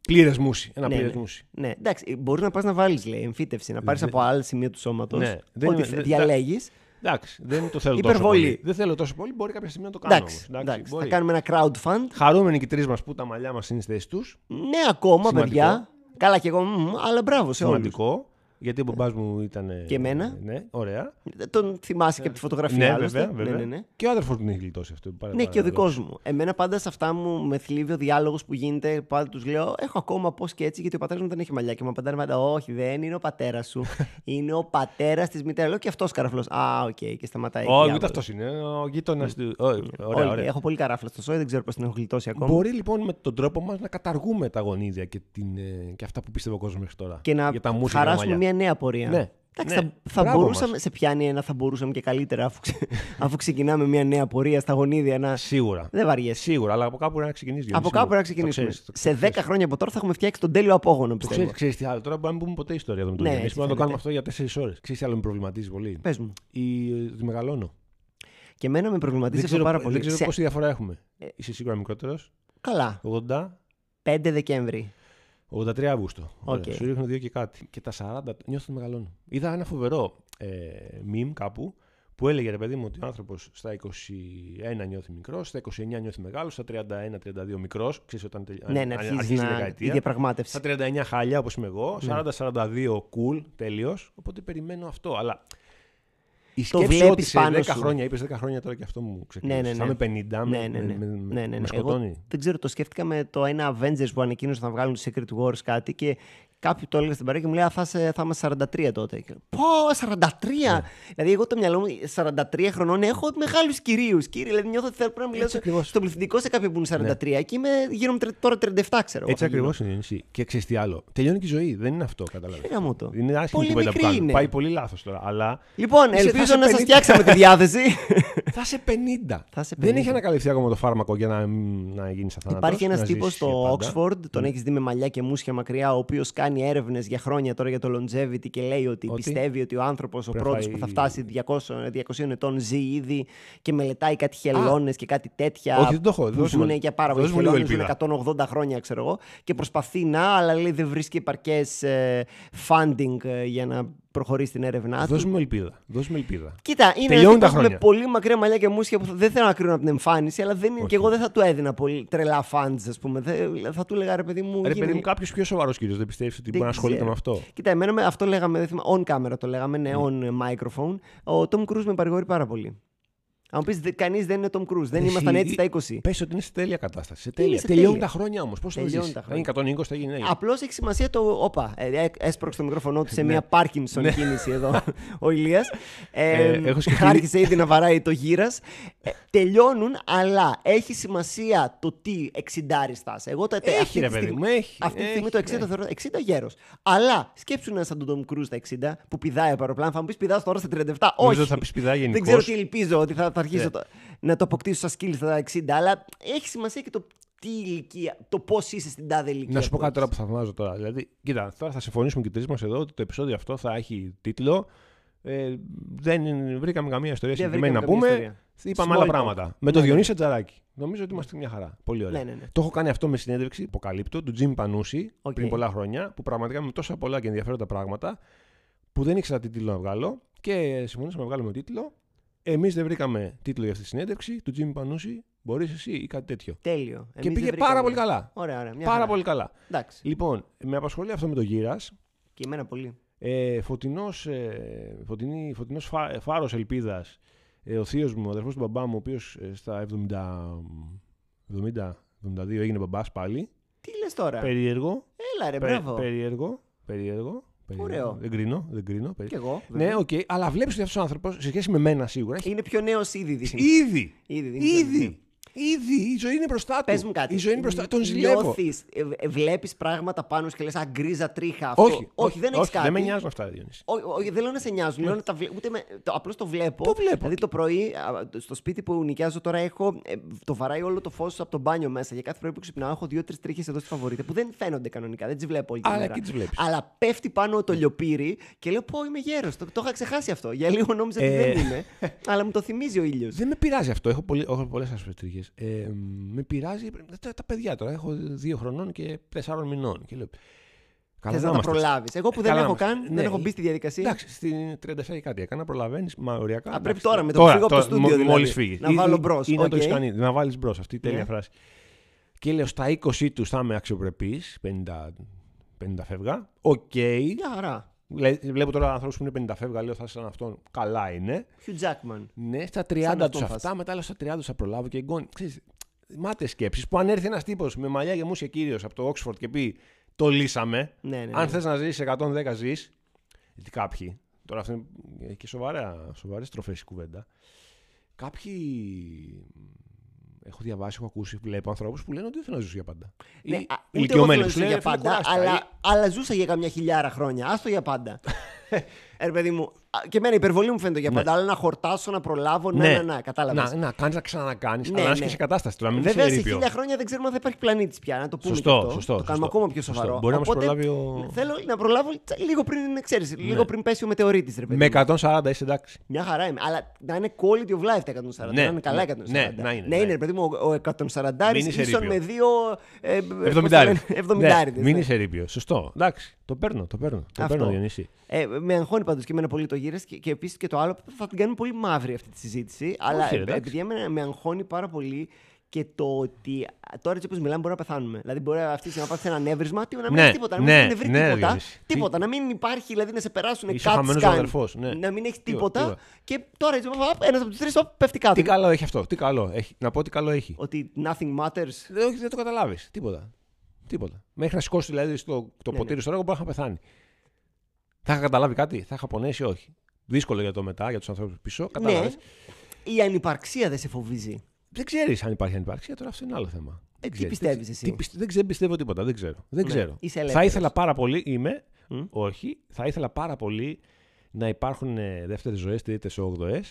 Speaker 1: πλήρες μουσι. Ένα
Speaker 2: Ναι,
Speaker 1: πλήρες
Speaker 2: ναι.
Speaker 1: μουσι.
Speaker 2: Ναι, εντάξει, μπορείς να πας να βάλεις λέει εμφύτευση, να πάρεις από άλλα σημεία του σώματος.
Speaker 1: Ναι, δεν
Speaker 2: ό,τι
Speaker 1: είμαι- δεν-
Speaker 2: διαλέγεις.
Speaker 1: Εντάξει, δεν το θέλω τόσο
Speaker 2: Υπερβολή.
Speaker 1: πολύ. Δεν θέλω τόσο πολύ, μπορεί κάποια στιγμή να το κάνω.
Speaker 2: Εντάξει,
Speaker 1: όμως.
Speaker 2: εντάξει, θα
Speaker 1: μπορεί.
Speaker 2: κάνουμε ένα crowdfund.
Speaker 1: Χαρούμενοι και οι τρεις μας που τα μαλλιά μας είναι στη θέση τους.
Speaker 2: Ναι, ακόμα
Speaker 1: Σημαντικό.
Speaker 2: παιδιά. Καλά κι εγώ, μμμ, αλλά μπράβο σε όλου.
Speaker 1: Σημαντικό. Γιατί ο μπαμπάς μου ήταν.
Speaker 2: Και εμένα.
Speaker 1: Ναι, ωραία.
Speaker 2: Τον θυμάσαι και από τη φωτογραφία.
Speaker 1: Ναι,
Speaker 2: άλλωστε.
Speaker 1: βέβαια. Ε, βέβαια.
Speaker 2: Ναι, ναι, ναι.
Speaker 1: Και ο άδερφος μου την έχει γλιτώσει αυτό. πάρα-
Speaker 2: Ναι,
Speaker 1: πάρα
Speaker 2: και ο
Speaker 1: πολύ.
Speaker 2: δικός μου. Εμένα πάντα σε αυτά μου με θλίβει ο διάλογος που γίνεται. Πάντα τους λέω: Έχω ακόμα πώς και έτσι, γιατί ο πατέρας μου δεν έχει μαλλιά. Και μου απαντάνε πάντα: Όχι, δεν είναι ο πατέρας
Speaker 1: *laughs*
Speaker 2: σου. είναι ο πατέρας της μητέρας. Λέω και αυτός καραφλός. Α, οκ, και σταματάει. εκεί,
Speaker 1: Όχι,
Speaker 2: άβολα.
Speaker 1: ούτε αυτός είναι. Ο γείτονας του. Ω, Ωραία,
Speaker 2: Όλοι-
Speaker 1: ωραία.
Speaker 2: Έχω πολύ καράφλα στο σόι, δεν ξέρω πώς την έχω γλιτώσει ακόμα.
Speaker 1: Μπορεί λοιπόν με τον τρόπο μας να καταργούμε τα γονίδια και, την, ε, και αυτά που πίστευε ο κόσμος μέχρι τώρα.
Speaker 2: Και να
Speaker 1: για τα μουσια, για τα
Speaker 2: χαράσουμε
Speaker 1: μαλλιά.
Speaker 2: μια νέα πορεία.
Speaker 1: Ναι,
Speaker 2: Εντάξει,
Speaker 1: ναι.
Speaker 2: θα, θα
Speaker 1: Μπράβο
Speaker 2: μπορούσαμε,
Speaker 1: μας.
Speaker 2: σε πιάνει ένα, θα μπορούσαμε και καλύτερα αφού, ξε- αφού ξεκινάμε μια νέα πορεία στα γονίδια. Να...
Speaker 1: Σίγουρα. Ε,
Speaker 2: Δεν βαριέσαι.
Speaker 1: Σίγουρα, αλλά από κάπου πρέπει να ξεκινήσει.
Speaker 2: Από κάπου να ξεκινήσουμε. Σε 10 χρόνια από τώρα θα έχουμε φτιάξει τον τέλειο απόγονο,
Speaker 1: Το
Speaker 2: πιστεύω.
Speaker 1: ξέρεις ξέρεις τι άλλο. Τώρα μπορεί να μην πούμε ποτέ ιστορία εδώ με τον
Speaker 2: Ναι,
Speaker 1: Γιάννη.
Speaker 2: έτσι
Speaker 1: Μπορεί να το κάνουμε αυτό
Speaker 2: φαίνεται.
Speaker 1: για 4 ώρες. Ξέρεις τι άλλο με προβληματίζει πολύ.
Speaker 2: Πες μου.
Speaker 1: Η, ε, ότι μεγαλώνω.
Speaker 2: Και εμένα με προβληματίζει
Speaker 1: Δεν
Speaker 2: αυτό
Speaker 1: ξέρω,
Speaker 2: πάρα πολύ.
Speaker 1: δεν ξέρω
Speaker 2: Σε- Ε.
Speaker 1: πόση διαφορά έχουμε. Είσαι σίγουρα μικρότερος.
Speaker 2: Καλά.
Speaker 1: 80.
Speaker 2: 5 Δεκέμβρη.
Speaker 1: 83 Αύγουστο. Ωραία.
Speaker 2: Οκ.
Speaker 1: Σου ρίχνω δύο και κάτι. Και τα 40 νιώθω ότι μεγαλώνω. Είδα ένα φοβερό ε, meme κάπου που έλεγε ρε παιδί μου ότι ο άνθρωπος στα 21 νιώθει μικρός, στα 29 νιώθει μεγάλος, στα 31-32 μικρός. Ξέρεις όταν τελει-
Speaker 2: ναι,
Speaker 1: αν-
Speaker 2: να
Speaker 1: αν-
Speaker 2: αρχίζει
Speaker 1: Ε, η
Speaker 2: να... η
Speaker 1: δεκαετία.
Speaker 2: διαπραγμάτευση.
Speaker 1: Στα 39 χάλια όπως είμαι εγώ,
Speaker 2: Ναι.
Speaker 1: 40-42 cool τελείω. Οπότε περιμένω αυτό. Αλλά η
Speaker 2: Το
Speaker 1: σκέψη
Speaker 2: βλέπεις
Speaker 1: ότι σε
Speaker 2: πάνω
Speaker 1: 10
Speaker 2: σου.
Speaker 1: χρόνια, είπες 10 χρόνια τώρα και αυτό μου ξεκίνησε.
Speaker 2: Ναι, ναι, ναι.
Speaker 1: Θα είμαι 50, με,
Speaker 2: ναι, ναι, ναι.
Speaker 1: με, με-
Speaker 2: ναι, ναι, ναι.
Speaker 1: με σκοτώνει.
Speaker 2: Εγώ, δεν ξέρω, το σκέφτηκα με το ένα Avengers που ανακοίνωσε να βγάλουν Secret Wars κάτι και κάποιοι το έλεγαν στην παρέα και μου λέει «Α, θα, είσαι- θα είμαστε 43 τότε. Και, Πω, 43!
Speaker 1: Ναι.
Speaker 2: Δηλαδή, εγώ το μυαλό μου 43 χρονών έχω μεγάλους κυρίους. Κύριε, δηλαδή νιώθω ότι θέλω πρέπει να μιλάω
Speaker 1: Έτσι
Speaker 2: στο-
Speaker 1: ακριβώς. Ναι.
Speaker 2: στο πληθυντικό σε κάποιον που είναι 43 και είμαι γύρω μου τρε- τώρα 37, ξέρω. εγώ,
Speaker 1: Έτσι
Speaker 2: θα γίνω.
Speaker 1: ακριβώς είναι εσύ. Και ξέρεις τι άλλο. Τελειώνει και η ζωή. Δεν είναι αυτό,
Speaker 2: Ε,
Speaker 1: κατάλαβε.
Speaker 2: γαμώ το.
Speaker 1: Είναι άσχημη
Speaker 2: Πολύ
Speaker 1: η κουβέντα που
Speaker 2: μικρή
Speaker 1: κάνουμε.
Speaker 2: είναι.
Speaker 1: Πάει πολύ λάθος τώρα.
Speaker 2: *laughs*
Speaker 1: Αλλά
Speaker 2: Λοιπόν,
Speaker 1: Είσαι- θα
Speaker 2: ελπίζω
Speaker 1: σε
Speaker 2: να σας
Speaker 1: 50.
Speaker 2: φτιάξαμε τη
Speaker 1: *laughs*
Speaker 2: διάθεση.
Speaker 1: θα σε 50.
Speaker 2: Θα σε
Speaker 1: Δεν
Speaker 2: 50.
Speaker 1: έχει ανακαλυφθεί ακόμα το φάρμακο για να, μ, να γίνεις αθάνατος.
Speaker 2: Υπάρχει ένα τύπο στο Oxford, τον
Speaker 1: Ναι.
Speaker 2: έχεις δει με μαλλιά και μουσια μακριά, ο οποίος κάνει έρευνες για χρόνια τώρα για το longevity και λέει ότι,
Speaker 1: Ότι?
Speaker 2: πιστεύει ότι ο άνθρωπος, ο
Speaker 1: Πρέπει
Speaker 2: πρώτο
Speaker 1: να
Speaker 2: που θα
Speaker 1: φάει-
Speaker 2: φτάσει 200, 200 ετών, ζει ήδη και μελετάει κάτι χελώνες και κάτι τέτοια.
Speaker 1: Όχι, δεν το έχω, δεν
Speaker 2: Που
Speaker 1: το
Speaker 2: ζουν
Speaker 1: έχω.
Speaker 2: για πάρα πολύ
Speaker 1: Δώσ' μου λίγο
Speaker 2: χελώνες, ζουν
Speaker 1: ελπίδα.
Speaker 2: 180 χρόνια, ξέρω εγώ, και προσπαθεί να, αλλά λέει δεν βρίσκει επαρκές funding ε, για να προχωρήσει την έρευνά του.
Speaker 1: Δώσουμε ελπίδα. Δώσουμε ελπίδα.
Speaker 2: Κοίτα, είναι
Speaker 1: Τελειώνουν
Speaker 2: ένα
Speaker 1: τα
Speaker 2: τύπος με
Speaker 1: χρόνια.
Speaker 2: πολύ μακριά μαλλιά και μουσια που θα- δεν θέλω να κρίνω από την εμφάνιση, αλλά δεν είναι, και εγώ δεν θα του έδινα πολύ τρελά φάντζ, ας πούμε. Δεν- θα του έλεγα ρε παιδί μου.
Speaker 1: Ρε
Speaker 2: γίνε-
Speaker 1: παιδί μου, κάποιος πιο σοβαρός κύριος δεν πιστεύεις ότι μπορεί να ασχολείται
Speaker 2: ξέρω.
Speaker 1: με αυτό.
Speaker 2: Κοίτα, εμένα με αυτό
Speaker 1: Ναι.
Speaker 2: λέγαμε, δεν θυμάμαι, on camera το λέγαμε, ναι, on microphone. Ο Tom Cruise με παρηγορεί πάρα πολύ. Αν πεις κανείς δεν είναι ο Τόμ Κρούζ, δεν
Speaker 1: Εσύ,
Speaker 2: ήμασταν έτσι τα 20.
Speaker 1: Πες ότι είναι σε τέλεια κατάσταση. Σε τέλεια.
Speaker 2: σε
Speaker 1: Τελειώνουν
Speaker 2: τέλεια.
Speaker 1: τα χρόνια όμως. Πώς θα
Speaker 2: Τελειώνουν
Speaker 1: ζήσεις.
Speaker 2: τα
Speaker 1: Θα είναι 120, θα γίνει. ναι.
Speaker 2: Απλώς έχει σημασία το. Όπα, ε, ε, έσπρωξε το μικρόφωνο του σε
Speaker 1: Ναι.
Speaker 2: μια Πάρκινσον κίνηση εδώ *laughs* ο Ηλίας.
Speaker 1: Ε, έχω σκεφτεί-
Speaker 2: Άρχισε ήδη να βαράει το γύρας. τελειώνουν, αλλά έχει σημασία το τι εξιντάριστα. Εγώ τα τε-
Speaker 1: Έχει,
Speaker 2: αυτή
Speaker 1: ρε
Speaker 2: τη
Speaker 1: παιδί
Speaker 2: στιγμή-
Speaker 1: μου, έχει,
Speaker 2: Αυτή τη στιγμή
Speaker 1: έχει,
Speaker 2: το 60 το θεωρώ 60 γέρος. Αλλά σκέψου να σαν τον Ντομ Κρούζ τα 60 που πηδάει παροπλάνο. Θα μου πεις πηδάς τώρα στα 37.
Speaker 1: Νομίζω
Speaker 2: Όχι.
Speaker 1: ότι θα πεις πηδάει
Speaker 2: Δεν
Speaker 1: γενικώς.
Speaker 2: ξέρω τι ελπίζω ότι θα, θα αρχίσω
Speaker 1: Ναι.
Speaker 2: το- να το αποκτήσω στα skill στα 60. Αλλά έχει σημασία και το τι ηλικία, το πώς είσαι στην τάδε ηλικία.
Speaker 1: Να σου πω
Speaker 2: που
Speaker 1: κάτι τώρα
Speaker 2: έχεις.
Speaker 1: που θαυμάζω τώρα. Δηλαδή, κοίτα, τώρα θα συμφωνήσουμε και οι τρεις μας εδώ ότι το επεισόδιο αυτό θα έχει τίτλο. Ε, δεν βρήκαμε καμία ιστορία
Speaker 2: Δεν
Speaker 1: συγκεκριμένη να
Speaker 2: βρήκαμε
Speaker 1: πούμε.
Speaker 2: καμία
Speaker 1: Είπαμε
Speaker 2: Small
Speaker 1: άλλα
Speaker 2: talk.
Speaker 1: πράγματα. Με τον Διονύση Τζαράκη. Νομίζω ότι είμαστε μια χαρά. Πολύ ωραία.
Speaker 2: Ναι, ναι, ναι.
Speaker 1: Το έχω κάνει αυτό με συνέντευξη, υποκαλύπτω, του Τζιμ Πανούση
Speaker 2: Οκ.
Speaker 1: πριν πολλά χρόνια, που πραγματικά με τόσα πολλά και ενδιαφέροντα πράγματα, που δεν ήξερα τι τίτλο να βγάλω και συμφωνήσαμε να βγάλουμε τίτλο. Εμείς δεν βρήκαμε τίτλο για αυτή τη συνέντευξη. Του Τζιμ Πανούση, μπορείς εσύ ή κάτι τέτοιο.
Speaker 2: Τέλειο.
Speaker 1: και
Speaker 2: Εμείς
Speaker 1: πήγε
Speaker 2: δεν
Speaker 1: πάρα
Speaker 2: βρήκαμε.
Speaker 1: πολύ καλά.
Speaker 2: Ωραία, ωραία. Μια
Speaker 1: Πάρα
Speaker 2: χαρά.
Speaker 1: πολύ καλά.
Speaker 2: Εντάξει.
Speaker 1: Λοιπόν, με απασχολεί αυτό με το γύρας.
Speaker 2: Και εμένα πολύ.
Speaker 1: Ε, φωτεινός, ε, φωτεινή, φωτεινός φα, ε, φάρος ελπίδας. Ε, ο θείος μου, ο αδερφός του μπαμπά μου, ο οποίος ε, στα 70, 70 72 έγινε μπαμπάς πάλι.
Speaker 2: Τι λες τώρα.
Speaker 1: Περίεργο.
Speaker 2: Έλα ρε,
Speaker 1: πε-
Speaker 2: Ε, μπράβο.
Speaker 1: περίεργο. Περίεργο. περίεργο.
Speaker 2: Ωραίο.
Speaker 1: Δεν κρίνω. Δεν κρίνω περί-
Speaker 2: Κι εγώ.
Speaker 1: Ναι,
Speaker 2: βέβαια.
Speaker 1: οκ. αλλά βλέπεις ότι αυτός ο άνθρωπος, σε σχέση με μένα σίγουρα, έχει
Speaker 2: Είναι πιο νέος ήδη. δυστυχώς.
Speaker 1: ήδη.
Speaker 2: Ήδη, δεν ξέρω, ναι.
Speaker 1: Ήδη. Ήδη. Η ζωή είναι μπροστά του.
Speaker 2: Πες μου κάτι.
Speaker 1: Η ζωή είναι μπροστά Τον ζηλεύω.
Speaker 2: Βλέπει ε, πράγματα πάνω σου και λες αγκρίζα τρίχα. Αυτό.
Speaker 1: Όχι,
Speaker 2: όχι, δεν έχεις κάτι.
Speaker 1: Δεν με νοιάζουν αυτά, Διονύση.
Speaker 2: Ό- ό- όχι, δεν λέω να σε νοιάζουν. Λέω να τα βλέ... ούτε με... το, απλώς το βλέπω.
Speaker 1: Το βλέπω.
Speaker 2: Δηλαδή το πρωί, α, στο σπίτι που νοικιάζω τώρα, έχω, ε, το βαράει όλο το φως από το μπάνιο μέσα. Για κάθε πρωί που ξυπνάω, έχω δύο-τρει τρίχες εδώ στη φαβορήτα που δεν φαίνονται κανονικά. Δεν τις βλέπω όλη τη
Speaker 1: Αλλά
Speaker 2: μέρα.
Speaker 1: και τις βλέπεις.
Speaker 2: Αλλά πέφτει πάνω το λιοπύρι και λέω πω είμαι γέρος. Το, το είχα ξεχάσει αυτό. Για λίγο νόμιζα ότι
Speaker 1: Ε.
Speaker 2: δεν είμαι. αλλά μου το θυμίζει ο ήλιος.
Speaker 1: Δεν με πειράζει αυτό. Έχω, πολύ, έχω πολλές ασφαλιστικές. Ε, με πειράζει τα, τα παιδιά τώρα. Έχω δύο χρονών και τεσσάρων μηνών. Και λέω, καλά
Speaker 2: Θες
Speaker 1: να
Speaker 2: να τα
Speaker 1: είμαστε.
Speaker 2: προλάβεις. Εγώ που δεν
Speaker 1: Καλά
Speaker 2: έχω
Speaker 1: είμαστε.
Speaker 2: καν,
Speaker 1: Ναι,
Speaker 2: δεν έχω μπει στη διαδικασία.
Speaker 1: Εντάξει, στην 37 και κάτι έκανα, προλαβαίνεις μαωριακά.
Speaker 2: Α, πρέπει
Speaker 1: εντάξει.
Speaker 2: τώρα με το που φύγω από το στούντιο δηλαδή.
Speaker 1: Μόλι φύγεις.
Speaker 2: Να βάλω μπρος,
Speaker 1: Ή, να το
Speaker 2: οκ.
Speaker 1: έχεις κάνει, να βάλεις μπρος. Αυτή η τέλεια
Speaker 2: Ναι.
Speaker 1: φράση. Και λέω στα 20 τους θα είμαι αξιοπρεπής, 50, 50 φεύγα. Οκ.
Speaker 2: Μια χαρά.
Speaker 1: Λε- Βλέπω τώρα ανθρώπους που είναι 50 φεύγα, λέω θα είσαι σαν αυτόν. Καλά είναι.
Speaker 2: Hugh Jackman.
Speaker 1: Ναι, στα
Speaker 2: Σαν
Speaker 1: 30
Speaker 2: αυτό
Speaker 1: του
Speaker 2: φάση.
Speaker 1: αυτά, μετά λέω στα 30 θα προλάβω και γκόν. Ξέρεις, μάται σκέψεις που αν έρθει ένας τύπος με μαλλιά γεμούσε κύριος από το Oxford και πει Το λύσαμε.
Speaker 2: Ναι, ναι, ναι.
Speaker 1: Αν θες να ζήσεις 110 ζεις. Γιατί κάποιοι. Τώρα αυτό είναι και σοβαρά, σοβαρές τροφές η κουβέντα. Κάποιοι έχω διαβάσει, έχω ακούσει, βλέπω ανθρώπους που λένε ότι δεν θέλω να ζήσω για πάντα. Ή
Speaker 2: Ναι, α, ούτε εγώ
Speaker 1: ηλικιωμένοι
Speaker 2: θέλω να ζήσω
Speaker 1: λένε,
Speaker 2: για
Speaker 1: «Φίλε,
Speaker 2: πάντα,
Speaker 1: κουράστηκα». Ή-
Speaker 2: αλλά, αλλά ζούσα για καμιά χιλιάρα χρόνια. Άστο για
Speaker 1: *laughs*
Speaker 2: πάντα. ε, ρε παιδί μου, α, και εμένα η υπερβολή μου φαίνεται για πάντα, αλλά να χορτάσω, να προλάβω, ναι, να, να, να, κατάλαβε.
Speaker 1: Ναι. Να, να κάνεις, να ξανακάνεις,
Speaker 2: Ναι,
Speaker 1: αλλά να
Speaker 2: ναι.
Speaker 1: είσαι και σε κατάσταση του, να μην είσαι
Speaker 2: Βέβαια, σε
Speaker 1: ερείπιο.
Speaker 2: χίλια χρόνια δεν ξέρουμε αν θα υπάρχει πλανήτης πια. Να το πούμε.
Speaker 1: Σωστό,
Speaker 2: και αυτό.
Speaker 1: σωστό,
Speaker 2: Το κάνουμε
Speaker 1: σωστό.
Speaker 2: ακόμα πιο
Speaker 1: Σωστό.
Speaker 2: σοβαρό.
Speaker 1: Μπορεί να μας
Speaker 2: Οπότε,
Speaker 1: προλάβει ο- Ναι.
Speaker 2: Θέλω να προλάβω τσα- λίγο πριν, ξέρεις, λίγο πριν πέσει ο μετεωρίτης, ρε παιδί.
Speaker 1: Με
Speaker 2: μου.
Speaker 1: 140 είσαι εντάξει.
Speaker 2: Μια χαρά είμαι. Αλλά να είναι quality of life τα 140.
Speaker 1: Ναι,
Speaker 2: να είναι καλά
Speaker 1: ναι,
Speaker 2: 140.
Speaker 1: ναι, να είναι,
Speaker 2: ναι,
Speaker 1: ναι.
Speaker 2: είναι, ρε παιδί μου, ο- ο 140
Speaker 1: Μην είσαι
Speaker 2: ίσον
Speaker 1: ερείπιο.
Speaker 2: με δύο. Ε, πώς το λένε,
Speaker 1: 70
Speaker 2: εβδομηντάριδες,
Speaker 1: Μην
Speaker 2: ναι.
Speaker 1: είσαι ρήπιος. Σωστό. Εντάξει. Το παίρνω, το παίρνω. Το
Speaker 2: Αυτό.
Speaker 1: παίρνω, Διονύση.
Speaker 2: Ε, με αγχώνει πάντως και εμένα πολύ το γύρες και, και επίσης και το άλλο. Θα την κάνουμε πολύ μαύρη αυτή τη συζήτηση. αλλά
Speaker 1: ρε,
Speaker 2: ε,
Speaker 1: εντάξει.
Speaker 2: επειδή εμένα με αγχώνει πάρα πολύ και το ότι α, τώρα έτσι όπως μιλάμε μπορεί να πεθάνουμε. Δηλαδή μπορεί αυτή τη στιγμή να πάθει ένα νεύρισμα, τι, να μην
Speaker 1: Ναι,
Speaker 2: έχει τίποτα, να μην
Speaker 1: ναι,
Speaker 2: έχεις βρει
Speaker 1: ναι,
Speaker 2: τίποτα.
Speaker 1: Διονύση.
Speaker 2: Τίποτα, να μην υπάρχει, δηλαδή να σε περάσουν
Speaker 1: Είσαι
Speaker 2: κάτι
Speaker 1: χαμένος
Speaker 2: σκάνη,
Speaker 1: αδερφός, ναι.
Speaker 2: Να μην έχει
Speaker 1: Τίποτα,
Speaker 2: τίποτα.
Speaker 1: τίποτα.
Speaker 2: Και τώρα έτσι, ένας από τους τρεις πέφτει κάτω.
Speaker 1: Τι καλό έχει αυτό. Τι καλό έχει. Να πω τι καλό έχει.
Speaker 2: Ότι nothing matters.
Speaker 1: Δεν, όχι, δεν το καταλάβεις. Τίποτα. Τίποτα. Μέχρι να σηκώσει δηλαδή στο, το
Speaker 2: Ναι,
Speaker 1: ποτήρι στο έργο μπορεί να είχα πεθάνει. Θα είχα καταλάβει κάτι. Θα είχα πονέσει, όχι. Δύσκολο για το μετά, για τους ανθρώπους πίσω. Κατάλαβε.
Speaker 2: Ναι, η ανυπαρξία δεν σε φοβίζει.
Speaker 1: Δεν ξέρεις αν υπάρχει ανυπαρξία. Τώρα αυτό είναι άλλο θέμα. Δεν
Speaker 2: τι
Speaker 1: ξέρεις,
Speaker 2: πιστεύεις
Speaker 1: δεν
Speaker 2: εσύ?
Speaker 1: ξέ- τι πιστε- δεν ξέρω, πιστεύω τίποτα. Δεν ξέρω. Δεν
Speaker 2: Ναι,
Speaker 1: ξέρω.
Speaker 2: είσαι
Speaker 1: θα
Speaker 2: ελεύθερος.
Speaker 1: ήθελα πάρα πολύ. Είμαι.
Speaker 2: Μμ.
Speaker 1: Όχι. Θα ήθελα πάρα πολύ να υπάρχουν ε, δεύτερες ζωές, τρίτες, όγδοες.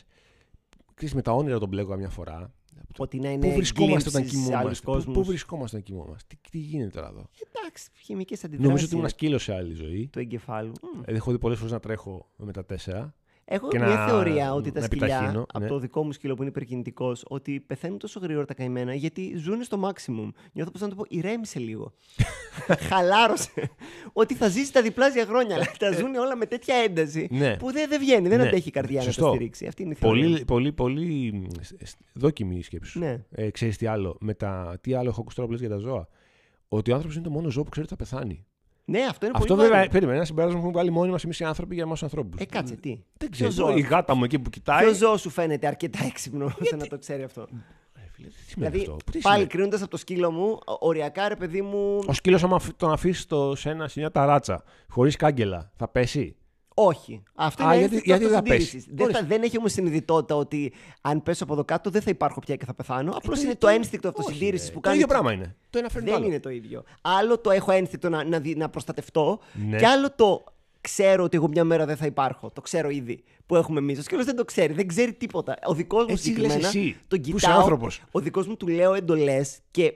Speaker 1: Ξέρεις, με τα όνειρα τον μπλέκω καμιά φορά.
Speaker 2: Ότι να είναι
Speaker 1: Πού βρισκόμαστε όταν
Speaker 2: glimpses σε Ναι, άλλους
Speaker 1: κοιμόμαστε. Πού, πού
Speaker 2: κόσμους.
Speaker 1: βρισκόμαστε όταν κοιμόμαστε. Τι, τι γίνεται τώρα εδώ.
Speaker 2: Εντάξει, χημικές αντιδράσει.
Speaker 1: Νομίζω ότι ήμουν σκύλος σε άλλη ζωή.
Speaker 2: του εγκεφάλου. Μμ.
Speaker 1: Ε, Έχω δει πολλές φορές να τρέχω με τα τέσσερα.
Speaker 2: Έχω
Speaker 1: και
Speaker 2: μια
Speaker 1: να-
Speaker 2: θεωρία ότι τα
Speaker 1: να
Speaker 2: σκυλιά,
Speaker 1: επιταχύνω,
Speaker 2: από
Speaker 1: ναι.
Speaker 2: το δικό μου σκύλο που είναι υπερκινητικός, ότι πεθαίνουν τόσο γρήγορα τα καημένα γιατί ζουν στο maximum. Νιώθω πως να το πω, ηρέμησε
Speaker 1: *laughs*
Speaker 2: λίγο. *laughs* Χαλάρωσε. ότι θα ζήσει τα διπλάσια χρόνια, αλλά τα ζουν όλα με τέτοια ένταση
Speaker 1: Ε, Ναι.
Speaker 2: που δεν, δεν βγαίνει, δεν
Speaker 1: Ναι.
Speaker 2: αντέχει η καρδιά να
Speaker 1: Σωστό.
Speaker 2: το στηρίξει. Αυτή είναι η θεωρία.
Speaker 1: Πολύ, πολύ, πολύ μ, σ- σ- δόκιμη η σκέψη σου.
Speaker 2: Ναι.
Speaker 1: Ε, ξέρεις τι άλλο. Με τα, τι άλλο έχω ακούσει τώρα που λες για τα ζώα. Ότι ο άνθρωπος είναι το μόνο ζώο που ξέρει ότι θα πεθάνει.
Speaker 2: Ναι, αυτό είναι
Speaker 1: Αυτό
Speaker 2: πολύ βαρύ.
Speaker 1: βέβαια, περίμενε, ένα συμπέρασμα που έχουμε βγάλει μόνοι μας εμείς οι άνθρωποι για εμάς τους ανθρώπους.
Speaker 2: Ε, κάτσε, τι.
Speaker 1: Δεν
Speaker 2: Ποιο
Speaker 1: ξέρω.
Speaker 2: ζώος,
Speaker 1: Η γάτα μου εκεί που κοιτάει.
Speaker 2: ποιο ζώος σου φαίνεται αρκετά έξυπνος ώστε να το ξέρει αυτό.
Speaker 1: Ε, φίλε, τι σημαίνει
Speaker 2: Δηλαδή,
Speaker 1: αυτό. Τι
Speaker 2: πάλι
Speaker 1: σημαίνει.
Speaker 2: κρίνοντας από το σκύλο μου, ο- οριακά ρε παιδί μου.
Speaker 1: Ο σκύλος, άμα αφ- τον αφήσεις το σε, ένα, σε μια ταράτσα χωρίς κάγκελα, θα πέσει.
Speaker 2: Όχι. Αυτό
Speaker 1: Α,
Speaker 2: είναι
Speaker 1: γιατί-
Speaker 2: γιατί,
Speaker 1: γιατί δεν θα πέσει.
Speaker 2: Δεν, θα-
Speaker 1: Ορίστε.
Speaker 2: δεν έχει όμως συνειδητότητα ότι αν πέσω από εδώ κάτω δεν θα υπάρχω πια και θα πεθάνω. Απλώ
Speaker 1: Ε,
Speaker 2: είναι
Speaker 1: τι-
Speaker 2: το
Speaker 1: τι-
Speaker 2: ένστικτο
Speaker 1: όχι,
Speaker 2: αυτοσυντήρηση
Speaker 1: ρε.
Speaker 2: που
Speaker 1: Το
Speaker 2: κάνει.
Speaker 1: ίδιο πράγμα είναι. Το ένα φέρνει το
Speaker 2: Δεν
Speaker 1: άλλο.
Speaker 2: είναι το ίδιο. Άλλο το έχω ένστικτο να, να, δι- να προστατευτώ
Speaker 1: Ναι.
Speaker 2: και άλλο το ξέρω ότι εγώ μια μέρα δεν θα υπάρχω. Το ξέρω ήδη που έχουμε εμείς. Ο σκύλος δεν το ξέρει, δεν ξέρει τίποτα. Ο δικός μου
Speaker 1: Έτσι λες
Speaker 2: συγκεκριμένα.
Speaker 1: εσύ,
Speaker 2: τον
Speaker 1: που είσαι
Speaker 2: κοιτάω,
Speaker 1: άνθρωπος.
Speaker 2: Ο δικός μου του λέω εντολές και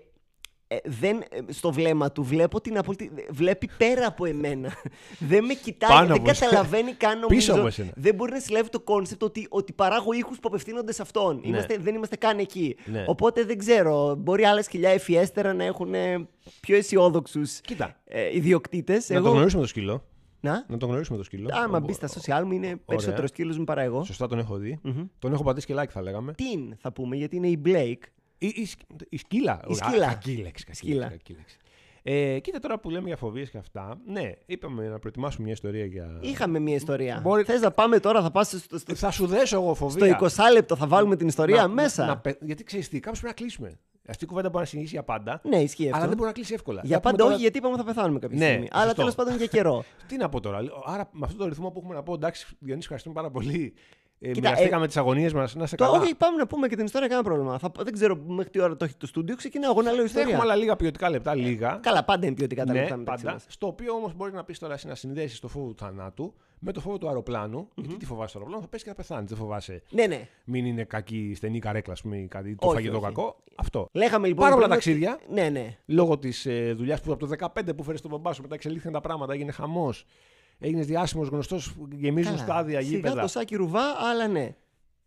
Speaker 2: ε, δεν, ε, στο βλέμμα του βλέπω την απόλυτη. Βλέπει πέρα από εμένα. *laughs* δεν με κοιτάει,
Speaker 1: Πάνω
Speaker 2: δεν
Speaker 1: από εσένα.
Speaker 2: καταλαβαίνει καν νομίζω.
Speaker 1: Πίσω από εσένα.
Speaker 2: Δεν μπορεί να συλλάβει το κόνσεπτ ότι, ότι παράγω ήχους που απευθύνονται σε αυτόν.
Speaker 1: Ναι.
Speaker 2: Είμαστε, δεν είμαστε καν εκεί.
Speaker 1: Ναι.
Speaker 2: Οπότε δεν ξέρω. Μπορεί άλλες χιλιά εφιέστερα να έχουν ε, πιο αισιόδοξους
Speaker 1: Κοίτα.
Speaker 2: ε, ιδιοκτήτες.
Speaker 1: Να το γνωρίσουμε το σκύλο.
Speaker 2: Να.
Speaker 1: Να το γνωρίσουμε το σκύλο.
Speaker 2: Άμα
Speaker 1: Ο-
Speaker 2: μπεις στα social μου, είναι περισσότερο σκύλος μου παρά εγώ.
Speaker 1: Σωστά τον έχω δει. Τον έχω πατήσει και like, θα λέγαμε.
Speaker 2: Την θα πούμε, γιατί είναι η Blake.
Speaker 1: Η, η, σκ- η σκύλα.
Speaker 2: Η σκύλα.
Speaker 1: Κακή λέξη. κακή
Speaker 2: Σκύλα.
Speaker 1: λέξη, κακή λέξη. Ε, κοίτα τώρα που λέμε για φοβίες και αυτά. Ναι, είπαμε να προετοιμάσουμε μια ιστορία για.
Speaker 2: Είχαμε μια ιστορία.
Speaker 1: Μπορεί-
Speaker 2: Θες να πάμε τώρα, θα πας στο, στο,
Speaker 1: Θα σου δέσω εγώ
Speaker 2: στο
Speaker 1: φοβία.
Speaker 2: 20 λεπτό, θα βάλουμε την ιστορία
Speaker 1: Να-
Speaker 2: μέσα.
Speaker 1: να πε- γιατί ξέρεις τι, κάπως πρέπει να κλείσουμε. Αυτή η κουβέντα μπορεί να συνεχίσει για πάντα.
Speaker 2: Ναι, ισχύει
Speaker 1: αλλά
Speaker 2: αυτό.
Speaker 1: δεν μπορεί να κλείσει εύκολα.
Speaker 2: Για
Speaker 1: Να πούμε
Speaker 2: πάντα όχι,
Speaker 1: τώρα-
Speaker 2: γιατί είπαμε θα πεθάνουμε κάποια
Speaker 1: Ναι,
Speaker 2: στιγμή. Αλλά
Speaker 1: σωστό.
Speaker 2: τέλος πάντων για
Speaker 1: *laughs*
Speaker 2: καιρό.
Speaker 1: Τι να πω τώρα. λέω, Άρα με αυτόν τον ρυθμό που έχουμε να πω, εντάξει, Διονύση, ευχαριστούμε πάρα πολύ. Ε,
Speaker 2: Κοίτα,
Speaker 1: μοιραστήκαμε τις αγωνίες μας. Να σε
Speaker 2: Το,
Speaker 1: καλά.
Speaker 2: όχι, πάμε να πούμε και την ιστορία, κανένα πρόβλημα. Θα, δεν ξέρω μέχρι τι ώρα το έχει το στούντιο, ξεκινάω εγώ να λέω
Speaker 1: Θα
Speaker 2: ιστορία.
Speaker 1: έχουμε άλλα λίγα ποιοτικά λεπτά, λίγα.
Speaker 2: Καλά, πάντα είναι ποιοτικά τα
Speaker 1: Ναι,
Speaker 2: λεπτά μεταξύ
Speaker 1: πάντα.
Speaker 2: μας.
Speaker 1: Στο οποίο όμως μπορείς να πεις τώρα εσύ να συνδέσεις το φόβο του θανάτου με το φόβο του αεροπλάνου. Γιατί τι φοβάσαι το αεροπλάνο, θα πέσει και θα πεθάνεις. Δεν φοβάσαι.
Speaker 2: Ναι, ναι.
Speaker 1: Μην είναι κακή στενή καρέκλα, ας πούμε, ή κάτι. Το
Speaker 2: Όχι,
Speaker 1: φαγητό
Speaker 2: όχι.
Speaker 1: κακό. Αυτό.
Speaker 2: Λέγαμε λοιπόν.
Speaker 1: Πάρα πολλά
Speaker 2: πριν ότι-
Speaker 1: ταξίδια.
Speaker 2: Ναι, ναι.
Speaker 1: Λόγω της ε, δουλειάς που από το 15 που φέρε τον μπαμπά σου, μετά εξελίχθηκαν τα πράγματα, έγινε χαμός. Έγινες διάσημος, γνωστός, γεμίζουν
Speaker 2: Καλά.
Speaker 1: στάδια,
Speaker 2: Σιγά
Speaker 1: γήπεδα.
Speaker 2: το Σάκη Ρουβά, αλλά ναι.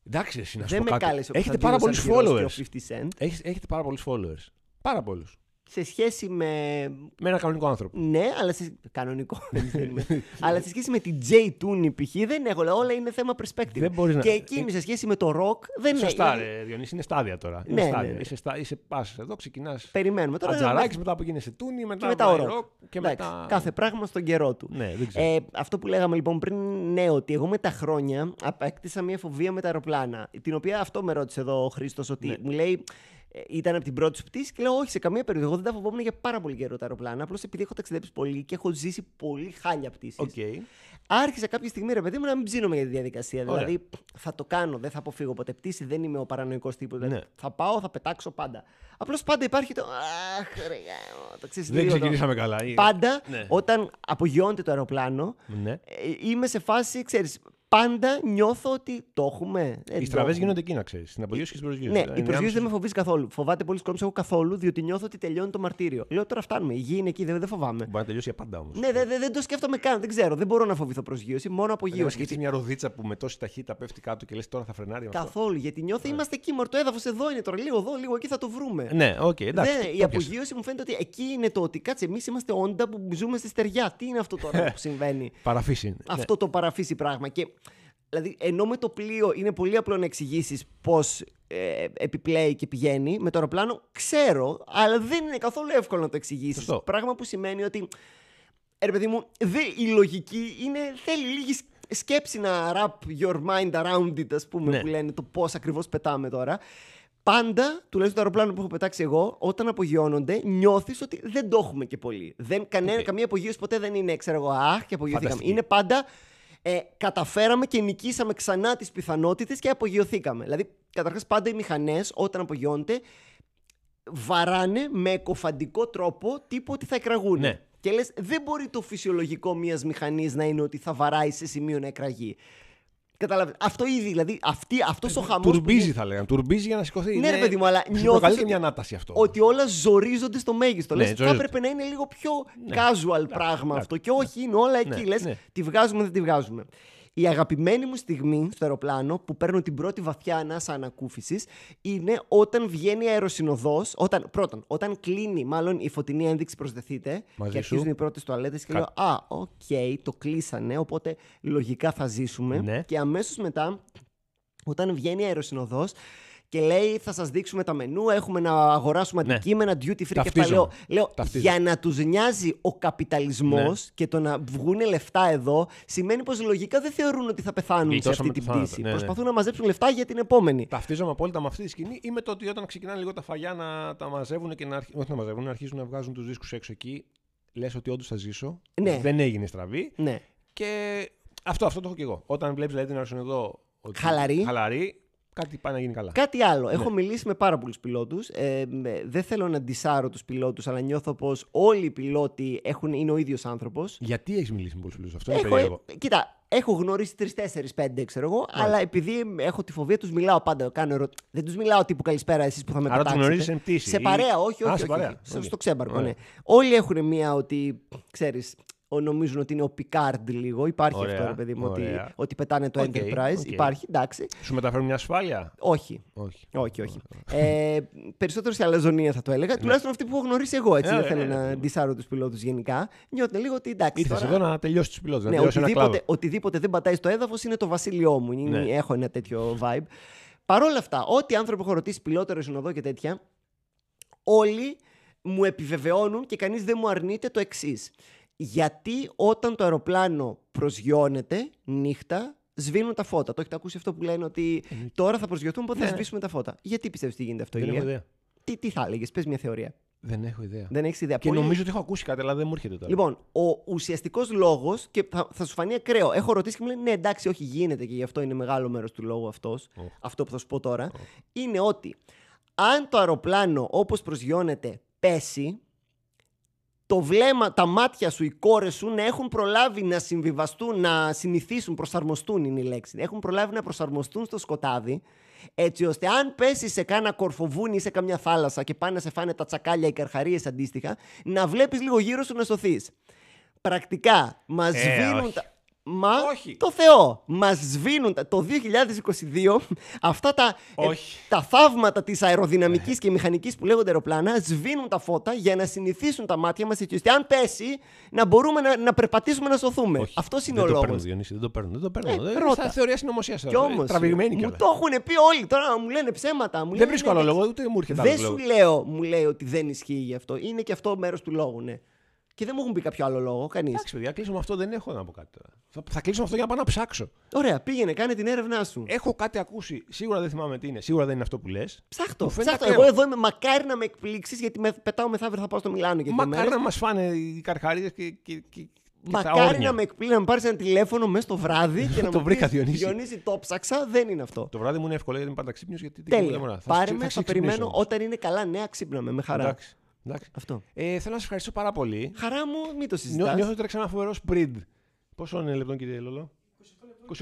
Speaker 1: Εντάξει, εσύ να σου
Speaker 2: Δεν
Speaker 1: πω
Speaker 2: με
Speaker 1: κάτι.
Speaker 2: κάλεσε ο
Speaker 1: Έχετε πάρα πολλού
Speaker 2: Κωνσταντίνος
Speaker 1: followers.
Speaker 2: Αργυρός και ο 50 Cent
Speaker 1: Έχεις- έχετε πάρα πολλούς followers. Πάρα πολλούς.
Speaker 2: σε σχέση με.
Speaker 1: Με ένα κανονικό άνθρωπο.
Speaker 2: Ναι, αλλά σε...
Speaker 1: *laughs*
Speaker 2: κανονικό.
Speaker 1: Ναι.
Speaker 2: εμείς δεν είμαι. αλλά σε σχέση με την J Tune π.χ. δεν έχω. Όλα είναι θέμα perspective.
Speaker 1: Δεν μπορείς να-
Speaker 2: Και εκείνη σε σχέση με το rock δεν είναι.
Speaker 1: Σωστά,
Speaker 2: είναι-
Speaker 1: ρε, Διονύση, είναι στάδια τώρα.
Speaker 2: Ναι,
Speaker 1: Είναι
Speaker 2: Ε, ναι,
Speaker 1: στάδια.
Speaker 2: ναι.
Speaker 1: Είσαι, στα, είσαι πας εδώ, ξεκινάς.
Speaker 2: Περιμένουμε τώρα. ναι.
Speaker 1: Ατζαράκης, μετά που γίνεσαι τούνη, μετά,
Speaker 2: και μετά ο
Speaker 1: πάει
Speaker 2: ροκ.
Speaker 1: και
Speaker 2: Εντάξει,
Speaker 1: μετά...
Speaker 2: Κάθε πράγμα στον καιρό του.
Speaker 1: Ναι, δεν ξέρω.
Speaker 2: Ε, αυτό που λέγαμε λοιπόν πριν, ναι, ότι εγώ με τα χρόνια απέκτησα μια φοβία με τα αεροπλάνα. Την οποία αυτό με ρώτησε εδώ ο Χρήστος, ότι
Speaker 1: Ναι.
Speaker 2: μου λέει. ε, Ήταν από την πρώτη σου πτήση και λέω: Όχι, σε καμία περίπτωση. Εγώ δεν τα φοβόμουν για πάρα πολύ καιρό τα αεροπλάνα. Απλώς επειδή έχω ταξιδέψει πολύ και έχω ζήσει πολύ χάλια πτήσεις.
Speaker 1: Οκ.
Speaker 2: Άρχισα κάποια στιγμή, ρε παιδί μου, να μην ψήνομαι για τη διαδικασία.
Speaker 1: Ωραία.
Speaker 2: Δηλαδή, θα το κάνω, δεν θα αποφύγω ποτέ πτήση, δεν είμαι ο παρανοϊκός τύπος. Δηλαδή,
Speaker 1: Ναι.
Speaker 2: Θα πάω, θα πετάξω πάντα. Απλώς πάντα υπάρχει το. Αχ, ρε, γάμο», το ξέρεις,
Speaker 1: Δεν
Speaker 2: λίγο το-
Speaker 1: ξεκινήσαμε καλά. ή-
Speaker 2: Πάντα
Speaker 1: Ναι.
Speaker 2: όταν απογειώνεται το αεροπλάνο,
Speaker 1: Ναι.
Speaker 2: ε, είμαι σε φάση, ξέρεις, πάντα νιώθω ότι το έχουμε. Ε,
Speaker 1: Οι δηλαδή,
Speaker 2: το
Speaker 1: στραβές
Speaker 2: έχουμε.
Speaker 1: γίνονται εκεί, να ξέρεις. Στην απογείωση και στις προσγείωση.
Speaker 2: Ναι, η προσγείωση δεν με φοβίζει καθόλου. Φοβάται πολλοί κόσμο εγώ καθόλου, διότι νιώθω ότι τελειώνει το μαρτύριο. Λέω τώρα φτάνουμε. Η γη είναι εκεί, δεν, δεν φοβάμαι.
Speaker 1: Μπορεί να τελειώσει για πάντα όμως.
Speaker 2: Ναι, δεν δεν- δεν το σκέφτομαι καν. Δεν ξέρω. Δεν μπορώ να φοβηθώ προσγείωση, μόνο
Speaker 1: Δηλαδή,
Speaker 2: απογείωση.
Speaker 1: σκεφτεί μια ροδίτσα που με τόση ταχύτητα πέφτει κάτω και λες τώρα θα φρενάρει. με αυτό.
Speaker 2: Καθόλου. Γιατί νιώθω είμαστε εκεί, μωρό. Το έδαφος εδώ είναι τώρα. Λίγο εδώ, λίγο εκεί θα το βρούμε.
Speaker 1: Ναι, οκ, εντάξει.
Speaker 2: Δεν-
Speaker 1: το-
Speaker 2: η
Speaker 1: το πιάσα.
Speaker 2: απογείωση μου φαίνεται ότι εκεί είναι το ότι κάτσε. Εμείς είμαστε όντα που ζούμε στη στεριά. Τι είναι αυτό τώρα
Speaker 1: *laughs*
Speaker 2: που συμβαίνει.
Speaker 1: Παραφύση. είναι. Ναι.
Speaker 2: Αυτό το παραφύσι πράγμα. Και, δηλαδή, ενώ με το πλοίο είναι πολύ απλό να εξηγήσεις πώς ε, επιπλέει και πηγαίνει, με το αεροπλάνο ξέρω, αλλά δεν είναι καθόλου εύκολο να το εξηγήσεις.
Speaker 1: Σωστό.
Speaker 2: Πράγμα που σημαίνει ότι. Ε, ρε παιδί μου, δε, η λογική είναι, θέλει λίγη σκ- σκέψη να wrap your mind around it, ας πούμε,
Speaker 1: Ναι.
Speaker 2: που λένε το πώς ακριβώς πετάμε τώρα. Πάντα, τουλάχιστον το αεροπλάνο που έχω πετάξει εγώ, όταν απογειώνονται, νιώθεις ότι δεν το έχουμε και πολύ. Δεν, κανένα,
Speaker 1: Οκ.
Speaker 2: Καμία απογείωση ποτέ δεν είναι, ξέρω εγώ, αχ, και απογειωθήκαμε.
Speaker 1: Φανταστική.
Speaker 2: Είναι πάντα ε, καταφέραμε και νικήσαμε ξανά τις πιθανότητες και απογειωθήκαμε. Δηλαδή, καταρχάς πάντα οι μηχανές όταν απογειώνεται βαράνε με εκοφαντικό τρόπο τύπο ότι θα εκραγούν.
Speaker 1: Ναι.
Speaker 2: Και λες, δεν μπορεί το φυσιολογικό μιας μηχανής να είναι ότι θα βαράει σε σημείο να εκραγεί. Κατάλαβε. Αυτό ήδη, δηλαδή, αυτή, αυτός ο χαμός... που
Speaker 1: Τουρμπίζει, θα λέγαμε. Τουρμπίζει για να σηκωθεί.
Speaker 2: Ναι, ρε
Speaker 1: *laughs*
Speaker 2: παιδί μου, αλλά
Speaker 1: Σου
Speaker 2: νιώθεις
Speaker 1: προκαλεί και
Speaker 2: ότι-
Speaker 1: μια ανάταση αυτό.
Speaker 2: ότι όλα ζορίζονται στο μέγιστο.
Speaker 1: Ναι,
Speaker 2: Λες, θα
Speaker 1: ζορίζονται.
Speaker 2: έπρεπε να είναι λίγο πιο casual πράγμα
Speaker 1: ναι,
Speaker 2: αυτό. Και όχι, είναι όλα εκεί.
Speaker 1: Ναι,
Speaker 2: Λες,
Speaker 1: ναι.
Speaker 2: τη βγάζουμε, δεν τη βγάζουμε. Η αγαπημένη μου στιγμή στο αεροπλάνο που παίρνω την πρώτη βαθιά ανάσα ανακούφισης είναι όταν βγαίνει αεροσυνοδός. Όταν, πρώτον, όταν κλείνει, μάλλον η φωτεινή ένδειξη προσδεθείται
Speaker 1: Μαζί
Speaker 2: και
Speaker 1: σου.
Speaker 2: αρχίζουν οι πρώτες τουαλέτες και
Speaker 1: Κα-
Speaker 2: λέω Α, οκ, το κλείσανε. Οπότε λογικά θα ζήσουμε.
Speaker 1: Ναι.
Speaker 2: Και αμέσως μετά όταν βγαίνει αεροσυνοδός και λέει θα σας δείξουμε τα μενού, έχουμε να αγοράσουμε
Speaker 1: Ναι.
Speaker 2: αντικείμενα, duty free και
Speaker 1: Ταυτίζομαι.
Speaker 2: αυτά λέω, λέω
Speaker 1: Ταυτίζομαι. Ναι.
Speaker 2: για να τους νοιάζει ο καπιταλισμός και το να βγουν λεφτά εδώ σημαίνει πως λογικά δεν θεωρούν ότι θα πεθάνουν σε
Speaker 1: Γλιτώσαμε το
Speaker 2: αυτή την
Speaker 1: θάνατο.
Speaker 2: πτήση.
Speaker 1: Ναι, ναι.
Speaker 2: Προσπαθούν να μαζέψουν λεφτά για την επόμενη.
Speaker 1: Ταυτίζομαι απόλυτα με αυτή τη σκηνή ή με το ότι όταν ξεκινάνε λίγο τα φαγιά να τα μαζεύουν και να, αρχι- όχι να, μαζεύουν, να αρχίσουν να βγάζουν τους δίσκους έξω εκεί, λες ότι όντως θα ζήσω.
Speaker 2: Ναι.
Speaker 1: Δεν έγινε στραβή.
Speaker 2: Ναι.
Speaker 1: Και αυτό, αυτό το έχω και εγώ. Όταν βλέπεις δηλαδή την Άρσεν εδώ. Ότι
Speaker 2: Χαλαρή.
Speaker 1: χαλαρή, κάτι πάει να γίνει καλά.
Speaker 2: Κάτι άλλο.
Speaker 1: Ναι.
Speaker 2: Έχω μιλήσει με πάρα πολλούς πιλότους. Ε, με- δεν θέλω να ντισάρω τους πιλότους, αλλά νιώθω πως όλοι οι πιλότοι έχουν, είναι ο ίδιος άνθρωπος.
Speaker 1: Γιατί έχεις μιλήσει με πολλούς φίλου, αυτό είναι
Speaker 2: Έχω,
Speaker 1: περίεργο. Ναι.
Speaker 2: ε, κοίτα, έχω γνωρίσει 3-4-5, ξέρω εγώ, αλλά επειδή έχω τη φοβία, τους μιλάω πάντα. Κάνω ερω... Δεν τους μιλάω τύπου καλησπέρα, εσείς που θα με
Speaker 1: Άρα τους
Speaker 2: πετάξετε.
Speaker 1: γνωρίζεις εν πτήση
Speaker 2: Σε
Speaker 1: ή-
Speaker 2: παρέα, όχι, όχι.
Speaker 1: Α,
Speaker 2: όχι,
Speaker 1: σε
Speaker 2: όχι.
Speaker 1: παρέα.
Speaker 2: Στο-
Speaker 1: Οκ.
Speaker 2: Στο ξέμπαρκο,
Speaker 1: Ωραία.
Speaker 2: ναι. Όλοι έχουν μία ότι, ξέρεις, νομίζουν ότι είναι ο Picard λίγο. Υπάρχει
Speaker 1: Ωραία,
Speaker 2: αυτό, ρε παιδί μου, ότι,
Speaker 1: ωραία.
Speaker 2: ότι πετάνε το
Speaker 1: Οκ,
Speaker 2: Enterprise.
Speaker 1: οκ.
Speaker 2: Υπάρχει, εντάξει.
Speaker 1: Σου μεταφέρουν μια ασφάλεια.
Speaker 2: Όχι.
Speaker 1: Όχι.
Speaker 2: Όχι, όχι. ε, περισσότερο σε αλαζονία θα το έλεγα. Τουλάχιστον αυτοί που έχω γνωρίσει εγώ. Έτσι,
Speaker 1: Ναι. Ε,
Speaker 2: δεν
Speaker 1: ε,
Speaker 2: θέλω
Speaker 1: ε,
Speaker 2: να ντισάρω τους πιλότους γενικά. Νιώθουν λίγο ότι εντάξει.
Speaker 1: Ήρθες
Speaker 2: τώρα-
Speaker 1: εδώ να τελειώσεις τους πιλότους, να
Speaker 2: ναι,
Speaker 1: τελειώσει Δηλαδή ένα κλάδο.
Speaker 2: οτιδήποτε, οτιδήποτε δεν πατάει στο έδαφος είναι το βασίλειό μου. Είναι-
Speaker 1: Ναι.
Speaker 2: Έχω ένα τέτοιο vibe. Παρ' όλα αυτά, ό,τι άνθρωπο έχω ρωτήσει, πιλότερο, συνοδό και τέτοια, όλοι μου επιβεβαιώνουν και κανείς δεν μου αρνείται το εξής. Γιατί όταν το αεροπλάνο προσγειώνεται νύχτα, σβήνουν τα φώτα. Το έχετε ακούσει αυτό που λένε ότι τώρα θα προσγειωθούν, οπότε θα σβήσουμε τα φώτα. Γιατί πιστεύεις ότι γίνεται αυτό,
Speaker 1: Ναι. Δεν έχω
Speaker 2: Ηλία?
Speaker 1: ιδέα.
Speaker 2: Τι, τι θα έλεγες, πες μια θεωρία.
Speaker 1: Δεν έχω ιδέα.
Speaker 2: Δεν έχεις ιδέα.
Speaker 1: Και
Speaker 2: Πολύ-
Speaker 1: νομίζω ότι έχω ακούσει κάτι, αλλά δεν μου έρχεται τώρα.
Speaker 2: Λοιπόν, ο ουσιαστικός λόγος, και θα, θα σου φανεί ακραίο, έχω ρωτήσει και μου λένε ναι, εντάξει, όχι, γίνεται και γι' αυτό είναι μεγάλο μέρος του λόγου αυτός, αυτό που θα σου πω τώρα, είναι ότι αν το αεροπλάνο όπως προσγειώνεται πέσει, το βλέμμα, τα μάτια σου, οι κόρες σου να έχουν προλάβει να συμβιβαστούν, να συνηθίσουν, προσαρμοστούν είναι η λέξη. Έχουν προλάβει να προσαρμοστούν στο σκοτάδι, έτσι ώστε αν πέσεις σε κάνα κορφοβούνι ή σε καμιά θάλασσα και πάνε να σε φάνε τα τσακάλια, οι καρχαρίες αντίστοιχα, να βλέπεις λίγο γύρω σου να σωθείς. Πρακτικά, μας
Speaker 1: Ε,
Speaker 2: σβήνουν
Speaker 1: όχι.
Speaker 2: τα. Μα
Speaker 1: Όχι.
Speaker 2: το Θεό! Μας σβήνουν τα- το 2022 *laughs* αυτά τα, ε,
Speaker 1: Όχι.
Speaker 2: τα θαύματα της αεροδυναμικής και μηχανικής που λέγονται αεροπλάνα σβήνουν τα φώτα για να συνηθίσουν τα μάτια μας έτσι ώστε αν πέσει να μπορούμε να, να περπατήσουμε να σωθούμε.
Speaker 1: Όχι.
Speaker 2: Αυτός Ναι, είναι
Speaker 1: δεν
Speaker 2: ο
Speaker 1: το
Speaker 2: λόγος.
Speaker 1: παίρνω, Διονύση, δεν το παίρνω. Δεν το παίρνω.
Speaker 2: Ε,
Speaker 1: Ε, δεν
Speaker 2: ρώτα.
Speaker 1: Στα θεωρία συνωμοσία. ε,
Speaker 2: Κι όμως.
Speaker 1: Τραβηγμένη
Speaker 2: Μου
Speaker 1: κιόλας.
Speaker 2: το έχουν πει όλοι τώρα να μου λένε ψέματα. Μου λένε,
Speaker 1: Δεν βρίσκω
Speaker 2: ναι,
Speaker 1: άλλο
Speaker 2: εντάξει.
Speaker 1: λόγο, ούτε μου έρχεται
Speaker 2: Δεν
Speaker 1: άλλο
Speaker 2: σου
Speaker 1: λόγο.
Speaker 2: λέω, μου λέει ότι δεν ισχύει γι' αυτό. Είναι και αυτό μέρος του λόγου, ναι. Και δεν μου έχουν πει κάποιο άλλο λόγο, κανείς.
Speaker 1: Εντάξει, παιδιά, κλείσω με αυτό, δεν έχω να πω κάτι τώρα. Θα, θα κλείσω με αυτό για να πάω να ψάξω.
Speaker 2: Ωραία, πήγαινε, κάνε την έρευνά σου.
Speaker 1: Έχω κάτι ακούσει, σίγουρα δεν θυμάμαι τι είναι, σίγουρα δεν είναι αυτό που λες.
Speaker 2: Ψάχτο.
Speaker 1: μου φαίνεται
Speaker 2: ψάχτο.
Speaker 1: ακραίο.
Speaker 2: Εγώ εδώ είμαι μακάρι να με εκπλήξεις γιατί με πετάω μεθαύριο θα πάω στο Μιλάνο για δύο
Speaker 1: Μακάρι
Speaker 2: μέρες.
Speaker 1: να μας φάνε οι καρχαρίε και, και, και, και τα
Speaker 2: Μακάρι
Speaker 1: όρνια.
Speaker 2: να με εκπλήξει να μου πάρεις ένα τηλέφωνο μέσα το
Speaker 1: *laughs*
Speaker 2: βράδυ και να
Speaker 1: Το
Speaker 2: μου
Speaker 1: βρήκα,
Speaker 2: πεις,
Speaker 1: Διονύση.
Speaker 2: Διονύση, το ψάξα, δεν είναι αυτό.
Speaker 1: Το βράδυ μου είναι εύκολο γιατί είμαι πάντα ξύπνιο. Γιατί την κοιμούνται μωρά.
Speaker 2: Τέλεια. Πάρε
Speaker 1: ξυ-
Speaker 2: με, θα
Speaker 1: ξυξυπνήσω
Speaker 2: περιμένω
Speaker 1: όμως.
Speaker 2: όταν είναι καλά νέα, ξύπνα με, με χαρά.
Speaker 1: Εντάξει. εντάξει.
Speaker 2: Αυτό.
Speaker 1: Ε, θέλω να σα ευχαριστώ πάρα πολύ.
Speaker 2: Χαρά μου, μην το
Speaker 1: Νιώ,
Speaker 2: συζητάς.
Speaker 1: νιώθω ότι τρέξα ένα φοβερό σπριντ. Πόσο είναι λεπτό, κύριε Λόλο?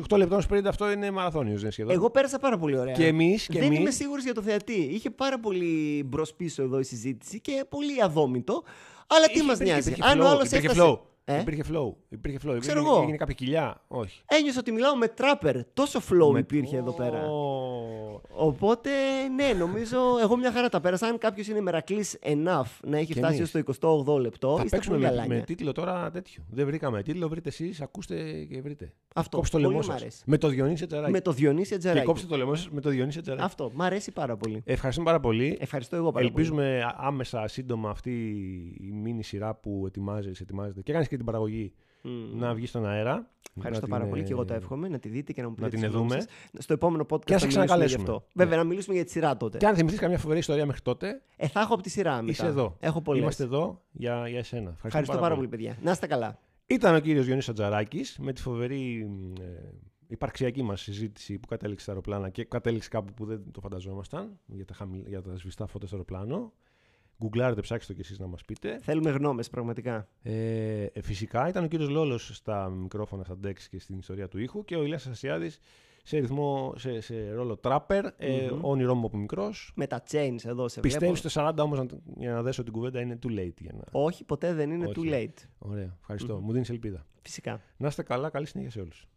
Speaker 1: 28 λεπτών σπριντ, αυτό είναι μαραθώνιος, δεν είναι σχεδόν.
Speaker 2: Εγώ πέρασα πάρα πολύ ωραία.
Speaker 1: Και εμείς, και
Speaker 2: Δεν
Speaker 1: εμείς.
Speaker 2: είμαι σίγουρος για το θεατή. Είχε πάρα πολύ μπρος-πίσω εδώ η συζήτηση και πολύ αδόμητο. Αλλά τι
Speaker 1: Είχε-
Speaker 2: μας
Speaker 1: υπήρχε-
Speaker 2: νοιάζει.
Speaker 1: υπήρχε
Speaker 2: Αν ο
Speaker 1: flow,
Speaker 2: άλλος
Speaker 1: υπήρχε
Speaker 2: έφτασε.
Speaker 1: flow.
Speaker 2: Ε?
Speaker 1: Υπήρχε flow. Υπήρχε flow.
Speaker 2: Ξέρω
Speaker 1: Έγινε-
Speaker 2: εγώ.
Speaker 1: Έγινε κάποια κοιλιά. Όχι.
Speaker 2: Ένιωσα ότι μιλάω με τράπερ. Τόσο flow υπήρχε εδώ πέρα.
Speaker 1: Ω.
Speaker 2: Οπότε, ναι, νομίζω εγώ μια χαρά τα πέρασα. Αν κάποιος είναι μερακλής enough να έχει
Speaker 1: Και
Speaker 2: φτάσει
Speaker 1: εμείς.
Speaker 2: στο 28 λεπτό,
Speaker 1: Θα
Speaker 2: είστε
Speaker 1: παίξουμε
Speaker 2: πολύ
Speaker 1: με,
Speaker 2: γαλάνια.
Speaker 1: με τίτλο τώρα τέτοιο. Δεν βρήκαμε τίτλο, βρείτε εσείς, ακούστε και βρείτε.
Speaker 2: Αυτό.
Speaker 1: Κόψτε το
Speaker 2: Πολύ
Speaker 1: λαιμό
Speaker 2: μ'
Speaker 1: σας.
Speaker 2: αρέσει.
Speaker 1: Με το Διονύση Τζαράκη.
Speaker 2: Με το Διονύση
Speaker 1: Και
Speaker 2: Ατζαράκη.
Speaker 1: κόψτε το λαιμό σας με το Διονύση Τζαράκη.
Speaker 2: Αυτό. Μ' αρέσει πάρα πολύ.
Speaker 1: Ευχαριστούμε πάρα πολύ.
Speaker 2: Ευχαριστώ εγώ πάρα
Speaker 1: Ελπίζουμε άμεσα, σύντομα αυτή η μίνι σειρά που ετοιμάζεσαι, ετοιμάζεται και κάνεις και την παραγωγή να βγει στον αέρα.
Speaker 2: πολύ. Ευχαριστώ
Speaker 1: Να
Speaker 2: πάρα
Speaker 1: την,
Speaker 2: πολύ
Speaker 1: ε,
Speaker 2: και εγώ το εύχομαι να τη δείτε και να μου πείτε.
Speaker 1: να
Speaker 2: τις
Speaker 1: την
Speaker 2: γνώμες
Speaker 1: δούμε.
Speaker 2: σας. Στο επόμενο podcast
Speaker 1: Και να
Speaker 2: θα
Speaker 1: σε
Speaker 2: μιλήσουμε γι'
Speaker 1: ξανακαλέσουμε.
Speaker 2: αυτό.
Speaker 1: Ναι.
Speaker 2: Βέβαια, να μιλήσουμε για τη σειρά τότε.
Speaker 1: Και αν θυμηθείς καμιά φοβερή ιστορία μέχρι τότε,
Speaker 2: Ε, θα έχω από τη σειρά μετά.
Speaker 1: είσαι εδώ.
Speaker 2: Έχω πολλές.
Speaker 1: Είμαστε εδώ για, για εσένα. Ευχαριστώ,
Speaker 2: Ευχαριστώ πάρα πολύ, παιδιά. Να είστε καλά.
Speaker 1: Ήταν ο κύριος Γιονύς Ατζαράκης με τη φοβερή μ, ε, υπαρξιακή μας συζήτηση που κατέληξε στα αεροπλάνα και κατέληξε κάπου που δεν το φανταζόμασταν για τα, χαμηλ- για τα σβηστά φώτα στο αεροπλάνο. Γκουγκλάρετε, ψάξτε το κι εσείς να μας πείτε.
Speaker 2: Θέλουμε γνώμες, πραγματικά.
Speaker 1: Ε, ε, φυσικά ήταν ο κύριος Λόλος στα μικρόφωνα, στα decks και στην ιστορία του ήχου και ο Ηλίας Ασιάδης σε, ρυθμό, σε, σε ρόλο τράπερ, ε, όνειρό μου από μικρός.
Speaker 2: Με τα chains εδώ σε βλέπω.
Speaker 1: Πιστεύεις στο 40 όμως να, για να δέσω την κουβέντα είναι too late για να...
Speaker 2: Όχι, ποτέ δεν είναι
Speaker 1: Όχι.
Speaker 2: too late.
Speaker 1: Ωραία, ευχαριστώ. Μου δίνεις ελπίδα.
Speaker 2: Φυσικά.
Speaker 1: Να είστε καλά, καλή συνέχεια σε όλους.